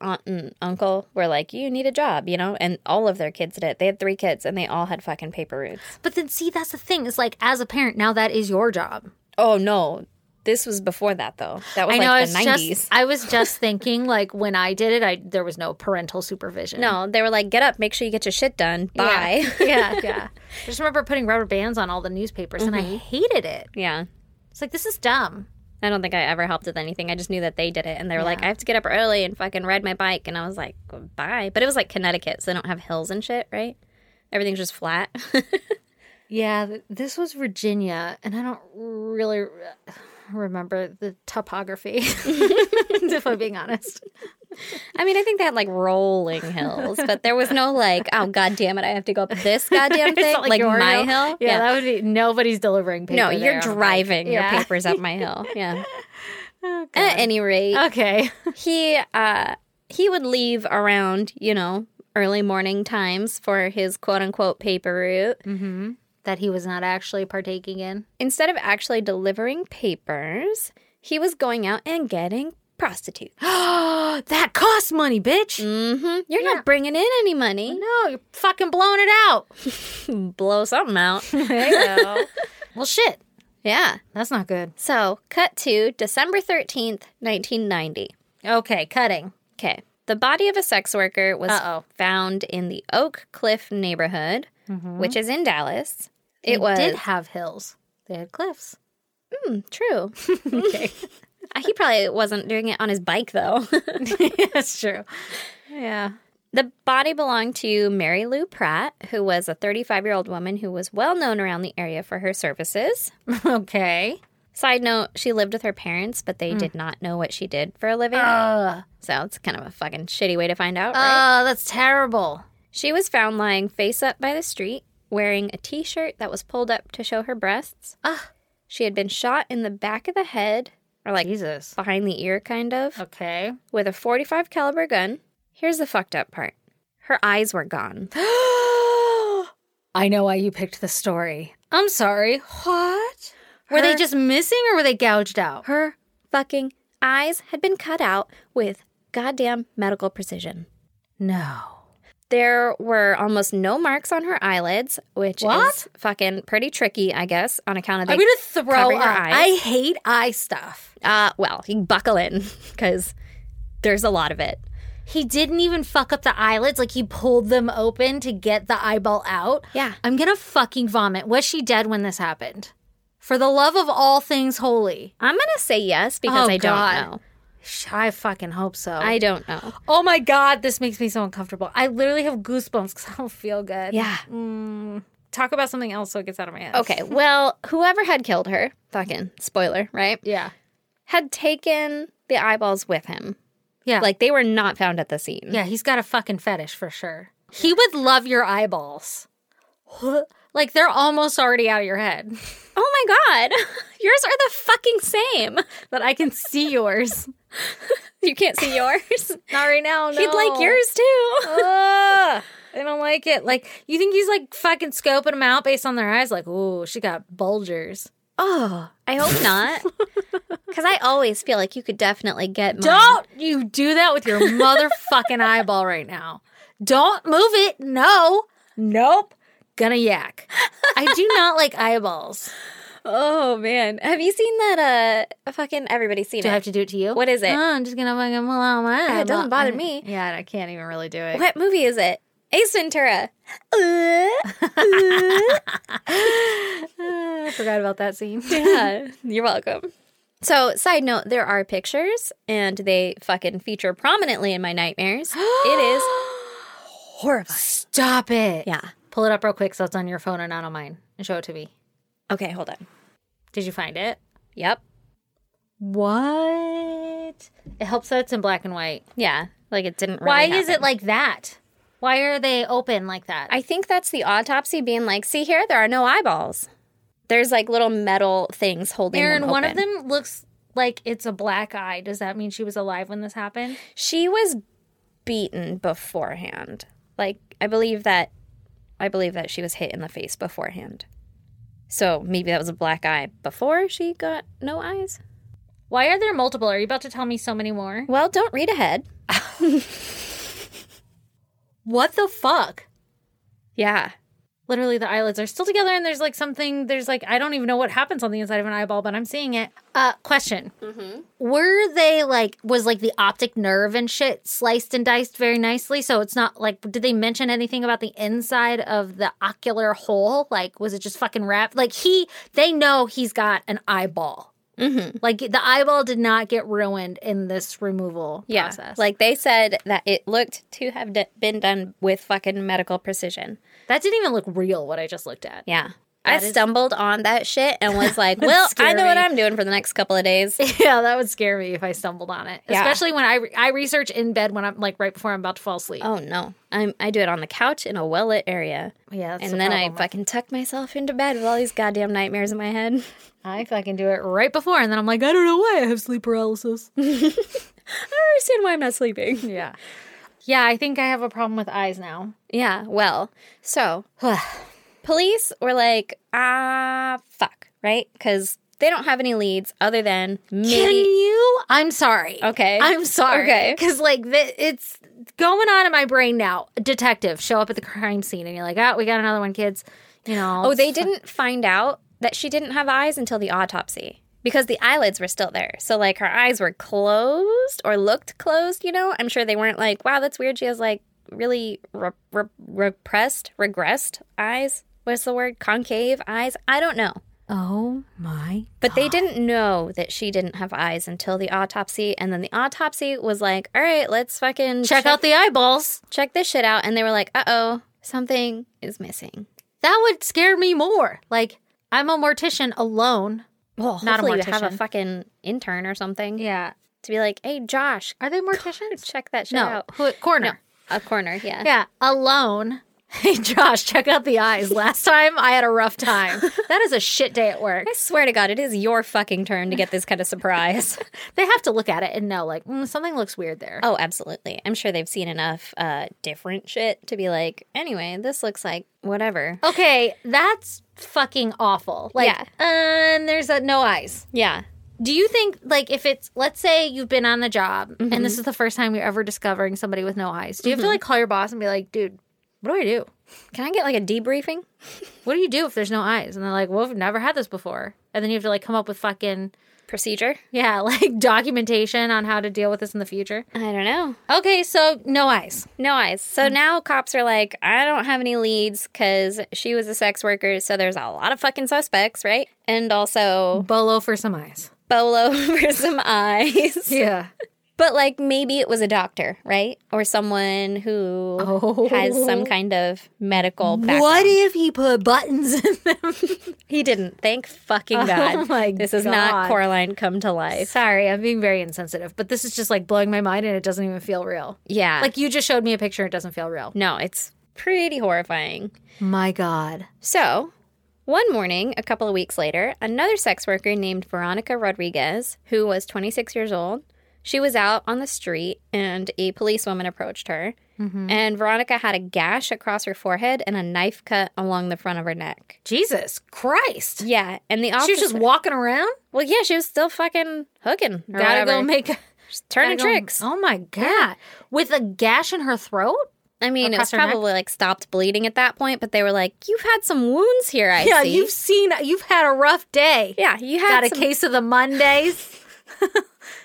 [SPEAKER 2] aunt and uncle were like, you need a job, you know? And all of their kids did it. They had three kids and they all had fucking paper routes.
[SPEAKER 1] But then see, that's the thing. It's like as a parent now, that is your job.
[SPEAKER 2] Oh, no. This was before that, though. That was
[SPEAKER 1] I know. I
[SPEAKER 2] like
[SPEAKER 1] was
[SPEAKER 2] the 90s.
[SPEAKER 1] just I was just thinking like when I did it, I there was no parental supervision.
[SPEAKER 2] No, they were like, get up, make sure you get your shit done. Bye.
[SPEAKER 1] Yeah, yeah. yeah. I just remember putting rubber bands on all the newspapers, and I hated it.
[SPEAKER 2] yeah.
[SPEAKER 1] It's like this is dumb.
[SPEAKER 2] I don't think I ever helped with anything. I just knew that they did it. And they were like, I have to get up early and fucking ride my bike. And I was like, bye. But it was like Connecticut, so they don't have hills and shit, right? Everything's just flat.
[SPEAKER 1] Yeah, th- this was Virginia, and I don't really re- remember the topography. if I'm being honest,
[SPEAKER 2] I mean, I think they had like rolling hills, but there was no like, oh, god damn it, I have to go up this goddamn
[SPEAKER 1] It's
[SPEAKER 2] thing.
[SPEAKER 1] not
[SPEAKER 2] like
[SPEAKER 1] your
[SPEAKER 2] my hill.
[SPEAKER 1] Yeah, that would be nobody's delivering paper.
[SPEAKER 2] no,
[SPEAKER 1] there
[SPEAKER 2] you're
[SPEAKER 1] on a bike.
[SPEAKER 2] driving your
[SPEAKER 1] Yeah.
[SPEAKER 2] papers up my hill. Yeah. At any rate,
[SPEAKER 1] Okay.
[SPEAKER 2] he uh he would leave around, you know, early morning times for his quote unquote paper route.
[SPEAKER 1] that he was not actually partaking in.
[SPEAKER 2] Instead of actually delivering papers, he was going out and getting prostitutes.
[SPEAKER 1] that costs money, bitch.
[SPEAKER 2] hmm You're
[SPEAKER 1] Yeah.
[SPEAKER 2] not bringing in any money.
[SPEAKER 1] No, you're Mm. fucking blowing it out.
[SPEAKER 2] Blow something out.
[SPEAKER 1] well, shit.
[SPEAKER 2] yeah.
[SPEAKER 1] That's not good.
[SPEAKER 2] So, cut to December 13th, 1990.
[SPEAKER 1] Okay, cutting.
[SPEAKER 2] Okay. The body of a sex worker was
[SPEAKER 1] Uh-oh.
[SPEAKER 2] found in the Oak Cliff neighborhood, which is in Dallas. It was
[SPEAKER 1] Mm-hmm. did have hills. They had cliffs.
[SPEAKER 2] hmm, true. he probably wasn't doing it on his bike, though.
[SPEAKER 1] That's true. Yeah.
[SPEAKER 2] the body belonged to Mary Lou Pratt, who was a 35 year old woman who was well known around the area for her services.
[SPEAKER 1] Okay.
[SPEAKER 2] Side note, she lived with her parents, but
[SPEAKER 1] Hmm.
[SPEAKER 2] they did not know what she did for a living.
[SPEAKER 1] Ugh.
[SPEAKER 2] so it's kind of a fucking shitty way to find out, right?
[SPEAKER 1] Oh, that's terrible.
[SPEAKER 2] She was found lying face up by the street, wearing a t shirt that was pulled up to show her breasts.
[SPEAKER 1] Ugh.
[SPEAKER 2] She had been shot in the back of the head, or like
[SPEAKER 1] Jesus.
[SPEAKER 2] behind the ear, kind of,
[SPEAKER 1] Okay.
[SPEAKER 2] with a 45 caliber gun. Here's the fucked up part her eyes were gone.
[SPEAKER 1] I know why you picked the story. I'm sorry. What? were they
[SPEAKER 2] Her-
[SPEAKER 1] just missing or were they gouged out?
[SPEAKER 2] Her fucking eyes had been cut out with goddamn medical precision.
[SPEAKER 1] No.
[SPEAKER 2] There were almost no marks on her eyelids, which is
[SPEAKER 1] What?
[SPEAKER 2] fucking pretty tricky, I guess, on account of the
[SPEAKER 1] I'm gonna throw
[SPEAKER 2] cover
[SPEAKER 1] up.
[SPEAKER 2] your eyes.
[SPEAKER 1] I hate eye stuff.
[SPEAKER 2] Uh, well, you buckle in because there's a lot of it.
[SPEAKER 1] He didn't even fuck up the eyelids. Like he pulled them open to get the eyeball out.
[SPEAKER 2] Yeah.
[SPEAKER 1] I'm gonna fucking vomit. Was she dead when this happened? For the love of all things holy.
[SPEAKER 2] I'm gonna say yes because
[SPEAKER 1] Oh,
[SPEAKER 2] I don't
[SPEAKER 1] God.
[SPEAKER 2] know.
[SPEAKER 1] Sh- I fucking hope so.
[SPEAKER 2] I don't know.
[SPEAKER 1] oh my god, this makes me so uncomfortable. I literally have goosebumps because I don't feel good. Mm.
[SPEAKER 2] Yeah.
[SPEAKER 1] Talk about something else so it gets out of my head.
[SPEAKER 2] Okay. Well, whoever had killed her, fucking spoiler, right?
[SPEAKER 1] Yeah.
[SPEAKER 2] Had taken the eyeballs with him.
[SPEAKER 1] Yeah.
[SPEAKER 2] Like they were not found at the scene.
[SPEAKER 1] Yeah, he's got a fucking fetish for sure. He would love your eyeballs. Like they're almost already out of your head,
[SPEAKER 2] Oh my god, yours are the fucking same.
[SPEAKER 1] but I can see yours.
[SPEAKER 2] You can't see yours.
[SPEAKER 1] Not right now. No.
[SPEAKER 2] He'd like yours too.
[SPEAKER 1] Ugh, I don't like it. Like you think he's like fucking scoping them out based on their eyes? Like, ooh, she got bulgers.
[SPEAKER 2] Oh, I hope not. Because I always feel like you could definitely get. mine.
[SPEAKER 1] Don't you do that with your motherfucking eyeball right now. Don't move it. No. Nope. Gonna yak. I do not like eyeballs.
[SPEAKER 2] Oh man, have you seen that? Uh, fucking everybody's seen
[SPEAKER 1] Do
[SPEAKER 2] it.
[SPEAKER 1] I have to do it to you?
[SPEAKER 2] What is it?
[SPEAKER 1] Oh, I'm just gonna fucking pull out my
[SPEAKER 2] Yeah, it doesn't
[SPEAKER 1] eyeball.
[SPEAKER 2] bother me.
[SPEAKER 1] Yeah, and I can't even really do it.
[SPEAKER 2] What movie is it? Ace Ventura. Uh,
[SPEAKER 1] I forgot about that scene.
[SPEAKER 2] yeah, you're welcome. So, side note, there are pictures, and they fucking feature prominently in my nightmares. it is horrifying.
[SPEAKER 1] Stop it.
[SPEAKER 2] Yeah.
[SPEAKER 1] Pull it up real quick so it's on your phone and not on mine. And show it to me.
[SPEAKER 2] Okay, hold on.
[SPEAKER 1] Did you find it?
[SPEAKER 2] Yep.
[SPEAKER 1] What? It helps that it's in black and white.
[SPEAKER 2] Yeah. Like it didn't. Really
[SPEAKER 1] Why is it
[SPEAKER 2] happen.
[SPEAKER 1] like that? Why are they open like that?
[SPEAKER 2] I think that's the autopsy being like, see here, there are no eyeballs. There's like little metal things holding.
[SPEAKER 1] Aaron,
[SPEAKER 2] them
[SPEAKER 1] one of
[SPEAKER 2] open.
[SPEAKER 1] them looks like it's a black eye. Does that mean she was alive when this happened?
[SPEAKER 2] She was beaten beforehand. Like I believe that I believe that she was hit in the face beforehand. So maybe that was a black eye before she got no eyes?
[SPEAKER 1] Why are there multiple? Are you about to tell me so many more?
[SPEAKER 2] Well, don't read ahead.
[SPEAKER 1] What the fuck?
[SPEAKER 2] Yeah.
[SPEAKER 1] Literally, the eyelids are still together, and there's like something. There's like I don't even know what happens on the inside of an eyeball, but I'm seeing it. Uh, question: Were they like was like the optic nerve and shit sliced and diced very nicely? So it's not like did they mention anything about the inside of the ocular hole? Like was it just fucking wrapped? Like he, they know he's got an eyeball. Like the eyeball did not get ruined in this removal
[SPEAKER 2] Yeah.
[SPEAKER 1] process.
[SPEAKER 2] Like they said that it looked to have d- been done with fucking medical precision.
[SPEAKER 1] that didn't even look real. What I just looked at.
[SPEAKER 2] Yeah.
[SPEAKER 1] That
[SPEAKER 2] I
[SPEAKER 1] is-
[SPEAKER 2] stumbled on that shit and was like, well, I know
[SPEAKER 1] scary.
[SPEAKER 2] what I'm doing for the next couple of days.
[SPEAKER 1] Yeah, that would scare me if I stumbled on it.
[SPEAKER 2] Yeah.
[SPEAKER 1] Especially when I I research in bed when I'm like right before I'm about to fall asleep.
[SPEAKER 2] Oh no. I'm, I do it on the couch in a well lit area.
[SPEAKER 1] yeah, that's
[SPEAKER 2] and
[SPEAKER 1] the
[SPEAKER 2] then I
[SPEAKER 1] problem.
[SPEAKER 2] fucking tuck myself into bed with all these goddamn nightmares in my head.
[SPEAKER 1] I fucking do it right before, and then I'm like, I don't know why I have sleep paralysis.
[SPEAKER 2] I don't understand why I'm not sleeping.
[SPEAKER 1] yeah, yeah, I think I have a problem with eyes now.
[SPEAKER 2] Yeah, well, so police were like, ah, fuck, right? Because they don't have any leads other than
[SPEAKER 1] Can
[SPEAKER 2] maybe.
[SPEAKER 1] you? I'm sorry.
[SPEAKER 2] Okay.
[SPEAKER 1] I'm sorry.
[SPEAKER 2] Okay.
[SPEAKER 1] Because like th- it's going on in my brain now. Detective show up at the crime scene, and you're like, oh, we got another one, kids. You know.
[SPEAKER 2] Oh, they didn't find out that she didn't have eyes until the autopsy because the eyelids were still there. So, like, her eyes were closed or looked closed, you know? I'm sure they weren't like, wow, that's weird. She has like really re- re- repressed, regressed eyes. What's the word? Concave eyes? I don't know.
[SPEAKER 1] Oh my.
[SPEAKER 2] But they didn't know that she didn't have eyes until the autopsy. And then the autopsy was like, all right, let's fucking
[SPEAKER 1] Check out the eyeballs.
[SPEAKER 2] check this shit out. And they were like, uh oh, something is missing.
[SPEAKER 1] That would scare me more. Like I'm a mortician alone.
[SPEAKER 2] Well,
[SPEAKER 1] Not a
[SPEAKER 2] hopefully you have a
[SPEAKER 1] mortician.
[SPEAKER 2] fucking intern or something
[SPEAKER 1] Yeah.
[SPEAKER 2] to be like, hey, Josh,
[SPEAKER 1] Are they morticians?
[SPEAKER 2] check that shit
[SPEAKER 1] No.
[SPEAKER 2] out.
[SPEAKER 1] Who, corner.
[SPEAKER 2] A corner, yeah.
[SPEAKER 1] Yeah. Alone. Hey Josh, check out the eyes. Last time I had a rough time. That is a shit day at work.
[SPEAKER 2] I swear to God, it is your fucking turn to get this kind of surprise.
[SPEAKER 1] They have to look at it and know, like, mm, something looks weird there.
[SPEAKER 2] oh, absolutely. I'm sure they've seen enough uh, different shit to be like, anyway, this looks like whatever.
[SPEAKER 1] Okay, that's fucking awful. Like,
[SPEAKER 2] Oh. Yeah.
[SPEAKER 1] and there's uh no eyes.
[SPEAKER 2] Yeah.
[SPEAKER 1] Do you think, like, if it's, let's say you've been on the job
[SPEAKER 2] Mm-hmm.
[SPEAKER 1] and this is the first time you're ever discovering somebody with no eyes, do you have to, like, call your boss and be like, dude, what do I do?
[SPEAKER 2] Can I get like a debriefing?
[SPEAKER 1] What do you do if there's no eyes? And they're like, well, we've never had this before. And then you have to, like, come up with fucking
[SPEAKER 2] Procedure?
[SPEAKER 1] Yeah, like documentation on how to deal with this in the future.
[SPEAKER 2] I don't know. Mm.
[SPEAKER 1] Okay, so no eyes.
[SPEAKER 2] No eyes. So now cops are like, I don't have any leads because she was a sex worker. So there's a lot of fucking suspects, right? And also
[SPEAKER 1] Bolo for some eyes.
[SPEAKER 2] Bolo for some eyes.
[SPEAKER 1] Yeah.
[SPEAKER 2] But like maybe it was a doctor, right? Or someone who
[SPEAKER 1] Oh.
[SPEAKER 2] has some kind of medical background.
[SPEAKER 1] What if he put buttons in them?
[SPEAKER 2] He didn't. Thank fucking God.
[SPEAKER 1] Oh my
[SPEAKER 2] this is not
[SPEAKER 1] God.
[SPEAKER 2] Coraline come to life.
[SPEAKER 1] Sorry, I'm being very insensitive, but this is just like blowing my mind and it doesn't even feel real.
[SPEAKER 2] Yeah.
[SPEAKER 1] Like you just showed me a picture, it doesn't feel real.
[SPEAKER 2] no, it's pretty horrifying.
[SPEAKER 1] My God.
[SPEAKER 2] So, one morning, a couple of weeks later, another sex worker named Veronica Rodriguez, who was 26 years old, she was out on the street and a policewoman approached her.
[SPEAKER 1] Mm-hmm.
[SPEAKER 2] And Veronica had a gash across her forehead and a knife cut along the front of her neck.
[SPEAKER 1] Jesus Christ.
[SPEAKER 2] Yeah, and the officer.
[SPEAKER 1] She was just walking around?
[SPEAKER 2] well, yeah, she was still fucking hooking. Or
[SPEAKER 1] Gotta
[SPEAKER 2] whatever.
[SPEAKER 1] go make
[SPEAKER 2] She's turning
[SPEAKER 1] gotta go-
[SPEAKER 2] tricks.
[SPEAKER 1] Oh my God. With a gash in her throat?
[SPEAKER 2] I mean, it was
[SPEAKER 1] across her neck?
[SPEAKER 2] probably like stopped bleeding at that point, but they were like, "You've had some wounds here, I
[SPEAKER 1] Yeah,
[SPEAKER 2] see."
[SPEAKER 1] you've seen, you've had a rough day.
[SPEAKER 2] yeah, you had
[SPEAKER 1] got a
[SPEAKER 2] some-
[SPEAKER 1] case of the Mondays.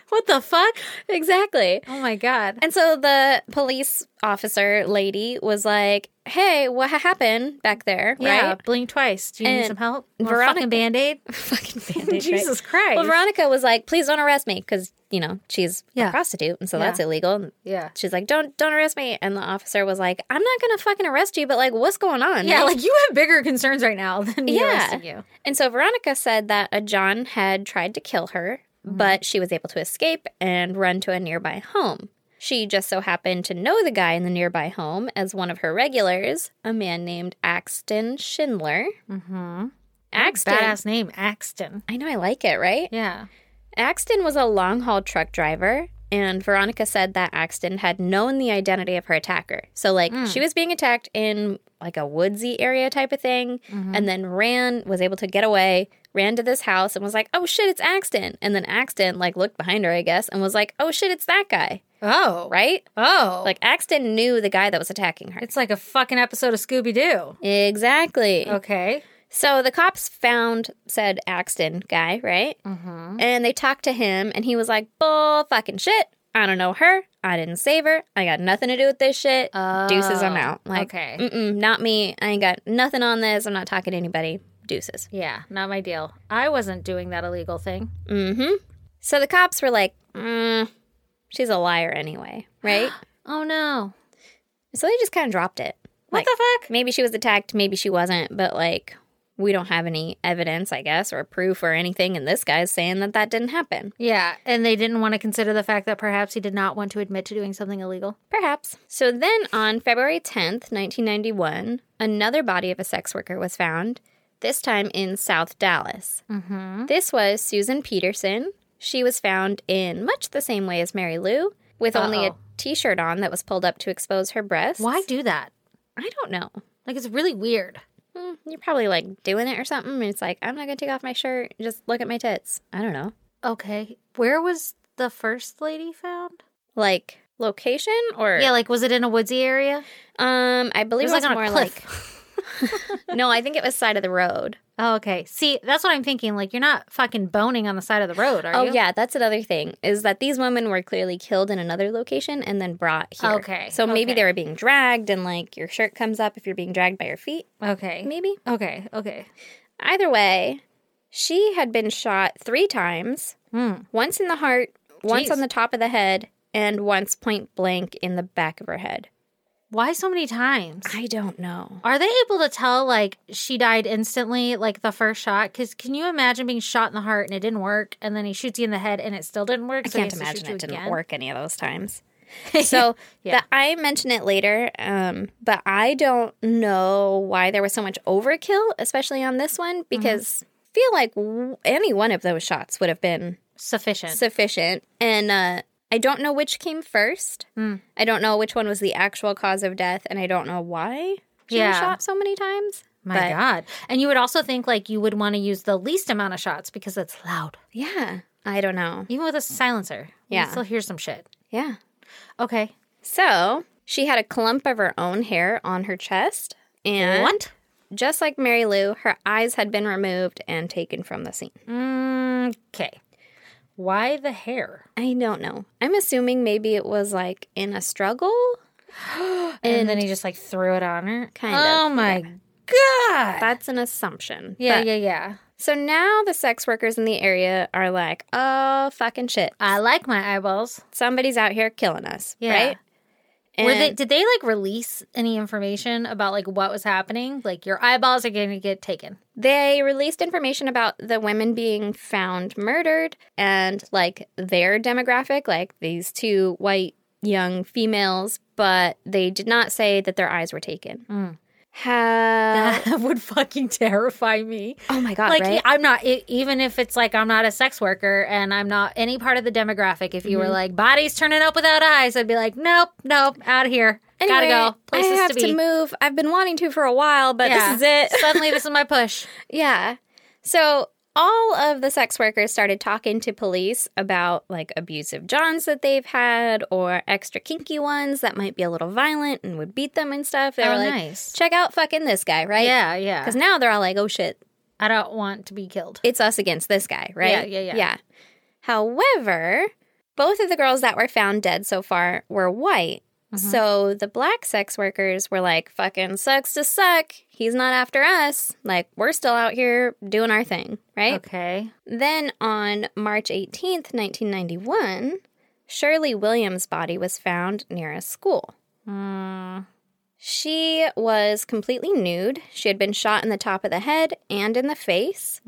[SPEAKER 1] what the fuck?
[SPEAKER 2] exactly.
[SPEAKER 1] Oh my god.
[SPEAKER 2] And so the police officer lady was like, "Hey, what ha- happened back there?"
[SPEAKER 1] Yeah,
[SPEAKER 2] Right?
[SPEAKER 1] blink twice. Do you
[SPEAKER 2] And
[SPEAKER 1] need some help? More
[SPEAKER 2] Veronica-
[SPEAKER 1] fucking band-aid?
[SPEAKER 2] Fucking bandage, right?
[SPEAKER 1] Jesus Christ.
[SPEAKER 2] Well, Veronica was like, "Please don't arrest me," because you know she's a
[SPEAKER 1] Yeah.
[SPEAKER 2] prostitute, and so
[SPEAKER 1] Yeah.
[SPEAKER 2] that's illegal. And
[SPEAKER 1] yeah.
[SPEAKER 2] she's like, "Don't don't arrest me." And the officer was like, "I'm not gonna fucking arrest you, but like, what's going on?"
[SPEAKER 1] Yeah,
[SPEAKER 2] right?
[SPEAKER 1] like you have bigger concerns right now than me arresting you.
[SPEAKER 2] And so Veronica said that a John had tried to kill her,
[SPEAKER 1] Mm-hmm.
[SPEAKER 2] but she was able to escape and run to a nearby home. She just so happened to know the guy in the nearby home as one of her regulars, a man named Axton Schindler. Mm-hmm. Axton.
[SPEAKER 1] Badass name, Axton.
[SPEAKER 2] I know I like it, right?
[SPEAKER 1] Yeah.
[SPEAKER 2] Axton was a long haul truck driver And Veronica said that Axton had known the identity of her attacker. So, like,
[SPEAKER 1] Hmm.
[SPEAKER 2] she was being attacked in like a woodsy area type of thing,
[SPEAKER 1] Mm-hmm.
[SPEAKER 2] and then ran, was able to get away, ran to this house, and was like, oh shit, it's Axton. And then Axton, like, looked behind her, I guess, and was like, oh shit, it's that guy,
[SPEAKER 1] Oh,
[SPEAKER 2] right?
[SPEAKER 1] Oh,
[SPEAKER 2] Like, Axton knew the guy that was attacking her.
[SPEAKER 1] it's like a fucking episode of Scooby Doo.
[SPEAKER 2] Exactly.
[SPEAKER 1] Okay.
[SPEAKER 2] So the cops found said Axton guy, right?
[SPEAKER 1] Mm-hmm.
[SPEAKER 2] And they talked to him, and he was like, "Bull fucking shit! I don't know her. I didn't save her. I got nothing to do with this shit. Deuces, I'm out. Like,
[SPEAKER 1] Uh, Oh, okay.
[SPEAKER 2] mm-mm, not me. I ain't got nothing on this. I'm not talking to anybody. Deuces."
[SPEAKER 1] Yeah, not my deal. I wasn't doing that illegal thing.
[SPEAKER 2] Mm-hmm. So the cops were like, mm, "She's a liar anyway, right?"
[SPEAKER 1] Oh no.
[SPEAKER 2] so they just kind of dropped it.
[SPEAKER 1] What
[SPEAKER 2] Like,
[SPEAKER 1] the fuck?
[SPEAKER 2] maybe she was attacked, maybe she wasn't, but like we don't have any evidence, I guess, or proof or anything. And this guy's saying that that didn't happen.
[SPEAKER 1] Yeah, and they didn't want to consider the fact that perhaps he did not want to admit to doing something illegal.
[SPEAKER 2] Perhaps. So then on February 10th, 1991, another body of a sex worker was found, this time in South Dallas.
[SPEAKER 1] Hmm. Mm-hmm.
[SPEAKER 2] This was Susan Peterson. She was found in much the same way as Mary Lou, with only a
[SPEAKER 1] Uh-oh.
[SPEAKER 2] t shirt on that was pulled up to expose her breasts.
[SPEAKER 1] Why do that?
[SPEAKER 2] I don't know.
[SPEAKER 1] Like it's really weird.
[SPEAKER 2] Hmm, You're probably like doing it or something. And it's like, I'm not going to take off my shirt. Just look at my tits. I don't know.
[SPEAKER 1] Okay, where was the first lady found?
[SPEAKER 2] Like location or
[SPEAKER 1] Yeah, like was it in a woodsy area?
[SPEAKER 2] um I
[SPEAKER 1] It
[SPEAKER 2] believe
[SPEAKER 1] was
[SPEAKER 2] it was,
[SPEAKER 1] like on
[SPEAKER 2] more
[SPEAKER 1] a
[SPEAKER 2] like
[SPEAKER 1] cliff.
[SPEAKER 2] no, I think it was side of the road.
[SPEAKER 1] Oh, okay. See, that's what I'm thinking. Like you're not fucking boning on the side of the road, are
[SPEAKER 2] Oh
[SPEAKER 1] you?
[SPEAKER 2] yeah, that's another thing is that these women were clearly killed in another location and then brought here.
[SPEAKER 1] Okay,
[SPEAKER 2] So maybe
[SPEAKER 1] okay.
[SPEAKER 2] they were being dragged and like your shirt comes up if you're being dragged by your feet,
[SPEAKER 1] Okay.
[SPEAKER 2] maybe.
[SPEAKER 1] Okay. Okay.
[SPEAKER 2] Either way, she had been shot 3 times.
[SPEAKER 1] Hmm.
[SPEAKER 2] Once in the heart, once
[SPEAKER 1] Jeez.
[SPEAKER 2] on the top of the head, and once point blank in the back of her head.
[SPEAKER 1] Why so many times?
[SPEAKER 2] I don't know.
[SPEAKER 1] Are they able to tell like she died instantly, like the first shot? Because can you imagine being shot in the heart and it didn't work, and then he shoots you in the head and it still didn't work?
[SPEAKER 2] I
[SPEAKER 1] so he
[SPEAKER 2] can't
[SPEAKER 1] has to shoot
[SPEAKER 2] imagine
[SPEAKER 1] you
[SPEAKER 2] it didn't
[SPEAKER 1] again?
[SPEAKER 2] work any of those times. So
[SPEAKER 1] Yeah.
[SPEAKER 2] the, I mention it later, um, but I don't know why there was so much overkill, especially on this one,
[SPEAKER 1] Mm-hmm.
[SPEAKER 2] because I feel like w- any one of those shots would have been
[SPEAKER 1] Sufficient.
[SPEAKER 2] sufficient. And uh, I don't know which came first.
[SPEAKER 1] Mm.
[SPEAKER 2] I don't know which one was the actual cause of death, and I don't know why she was
[SPEAKER 1] Yeah.
[SPEAKER 2] shot so many times.
[SPEAKER 1] My
[SPEAKER 2] but
[SPEAKER 1] God. And you would also think like you would want to use the least amount of shots because it's loud,
[SPEAKER 2] yeah, I don't know.
[SPEAKER 1] even with a silencer. you
[SPEAKER 2] Yeah.
[SPEAKER 1] still hear some shit.
[SPEAKER 2] Yeah.
[SPEAKER 1] Okay.
[SPEAKER 2] So she had a clump of her own hair on her chest. And
[SPEAKER 1] What?
[SPEAKER 2] just like Mary Lou, her eyes had been removed and taken from the scene.
[SPEAKER 1] Okay. Why the hair?
[SPEAKER 2] I don't know. I'm assuming maybe it was like in a struggle.
[SPEAKER 1] And, then he just like threw it on her.
[SPEAKER 2] Kind
[SPEAKER 1] Oh
[SPEAKER 2] of,
[SPEAKER 1] my God.
[SPEAKER 2] That's an assumption.
[SPEAKER 1] yeah,
[SPEAKER 2] But-
[SPEAKER 1] yeah, yeah.
[SPEAKER 2] So now the sex workers in the area are like, oh, fucking shit.
[SPEAKER 1] I like my eyeballs.
[SPEAKER 2] Somebody's out here killing us,
[SPEAKER 1] Yeah.
[SPEAKER 2] right?
[SPEAKER 1] Were they,
[SPEAKER 2] And-
[SPEAKER 1] did they like release any information about like what was happening? Like your eyeballs are going to get taken.
[SPEAKER 2] They released information about the women being found murdered and like their demographic, like these two white young females, but they did not say that their eyes were taken.
[SPEAKER 1] Mm.
[SPEAKER 2] Ha-
[SPEAKER 1] That would fucking terrify me.
[SPEAKER 2] oh my god!
[SPEAKER 1] like
[SPEAKER 2] Uh, right?
[SPEAKER 1] I'm not e- even if it's like I'm not a sex worker and I'm not any part of the demographic. If
[SPEAKER 2] Mm-hmm.
[SPEAKER 1] you were like bodies turning up without eyes, I'd be like, nope, nope, out of here, gotta
[SPEAKER 2] Anyway,
[SPEAKER 1] go. Places
[SPEAKER 2] I have
[SPEAKER 1] to
[SPEAKER 2] to,
[SPEAKER 1] be.
[SPEAKER 2] move. I've been wanting to for a while, but
[SPEAKER 1] Yeah.
[SPEAKER 2] this is it. Oh,
[SPEAKER 1] Suddenly, this is my push.
[SPEAKER 2] yeah. So all of the sex workers started talking to police about like abusive johns that they've had or extra kinky ones that might be a little violent and would beat them and stuff. They
[SPEAKER 1] Oh,
[SPEAKER 2] were like,
[SPEAKER 1] nice.
[SPEAKER 2] check out fucking this guy, right?
[SPEAKER 1] Yeah, yeah.
[SPEAKER 2] Because now they're all like, oh shit,
[SPEAKER 1] I don't want to be killed.
[SPEAKER 2] it's us against this guy, right?
[SPEAKER 1] Yeah, yeah, yeah.
[SPEAKER 2] Yeah. However, both of the girls that were found dead so far were white.
[SPEAKER 1] Mm-hmm.
[SPEAKER 2] So the black sex workers were like, fucking sucks to suck. He's not after us. Like, we're still out here doing our thing, right?
[SPEAKER 1] Okay.
[SPEAKER 2] Then on March 18th, 1991, Shirley Williams' body was found near a school. She was completely nude. She had been shot in the top of the head and in the face.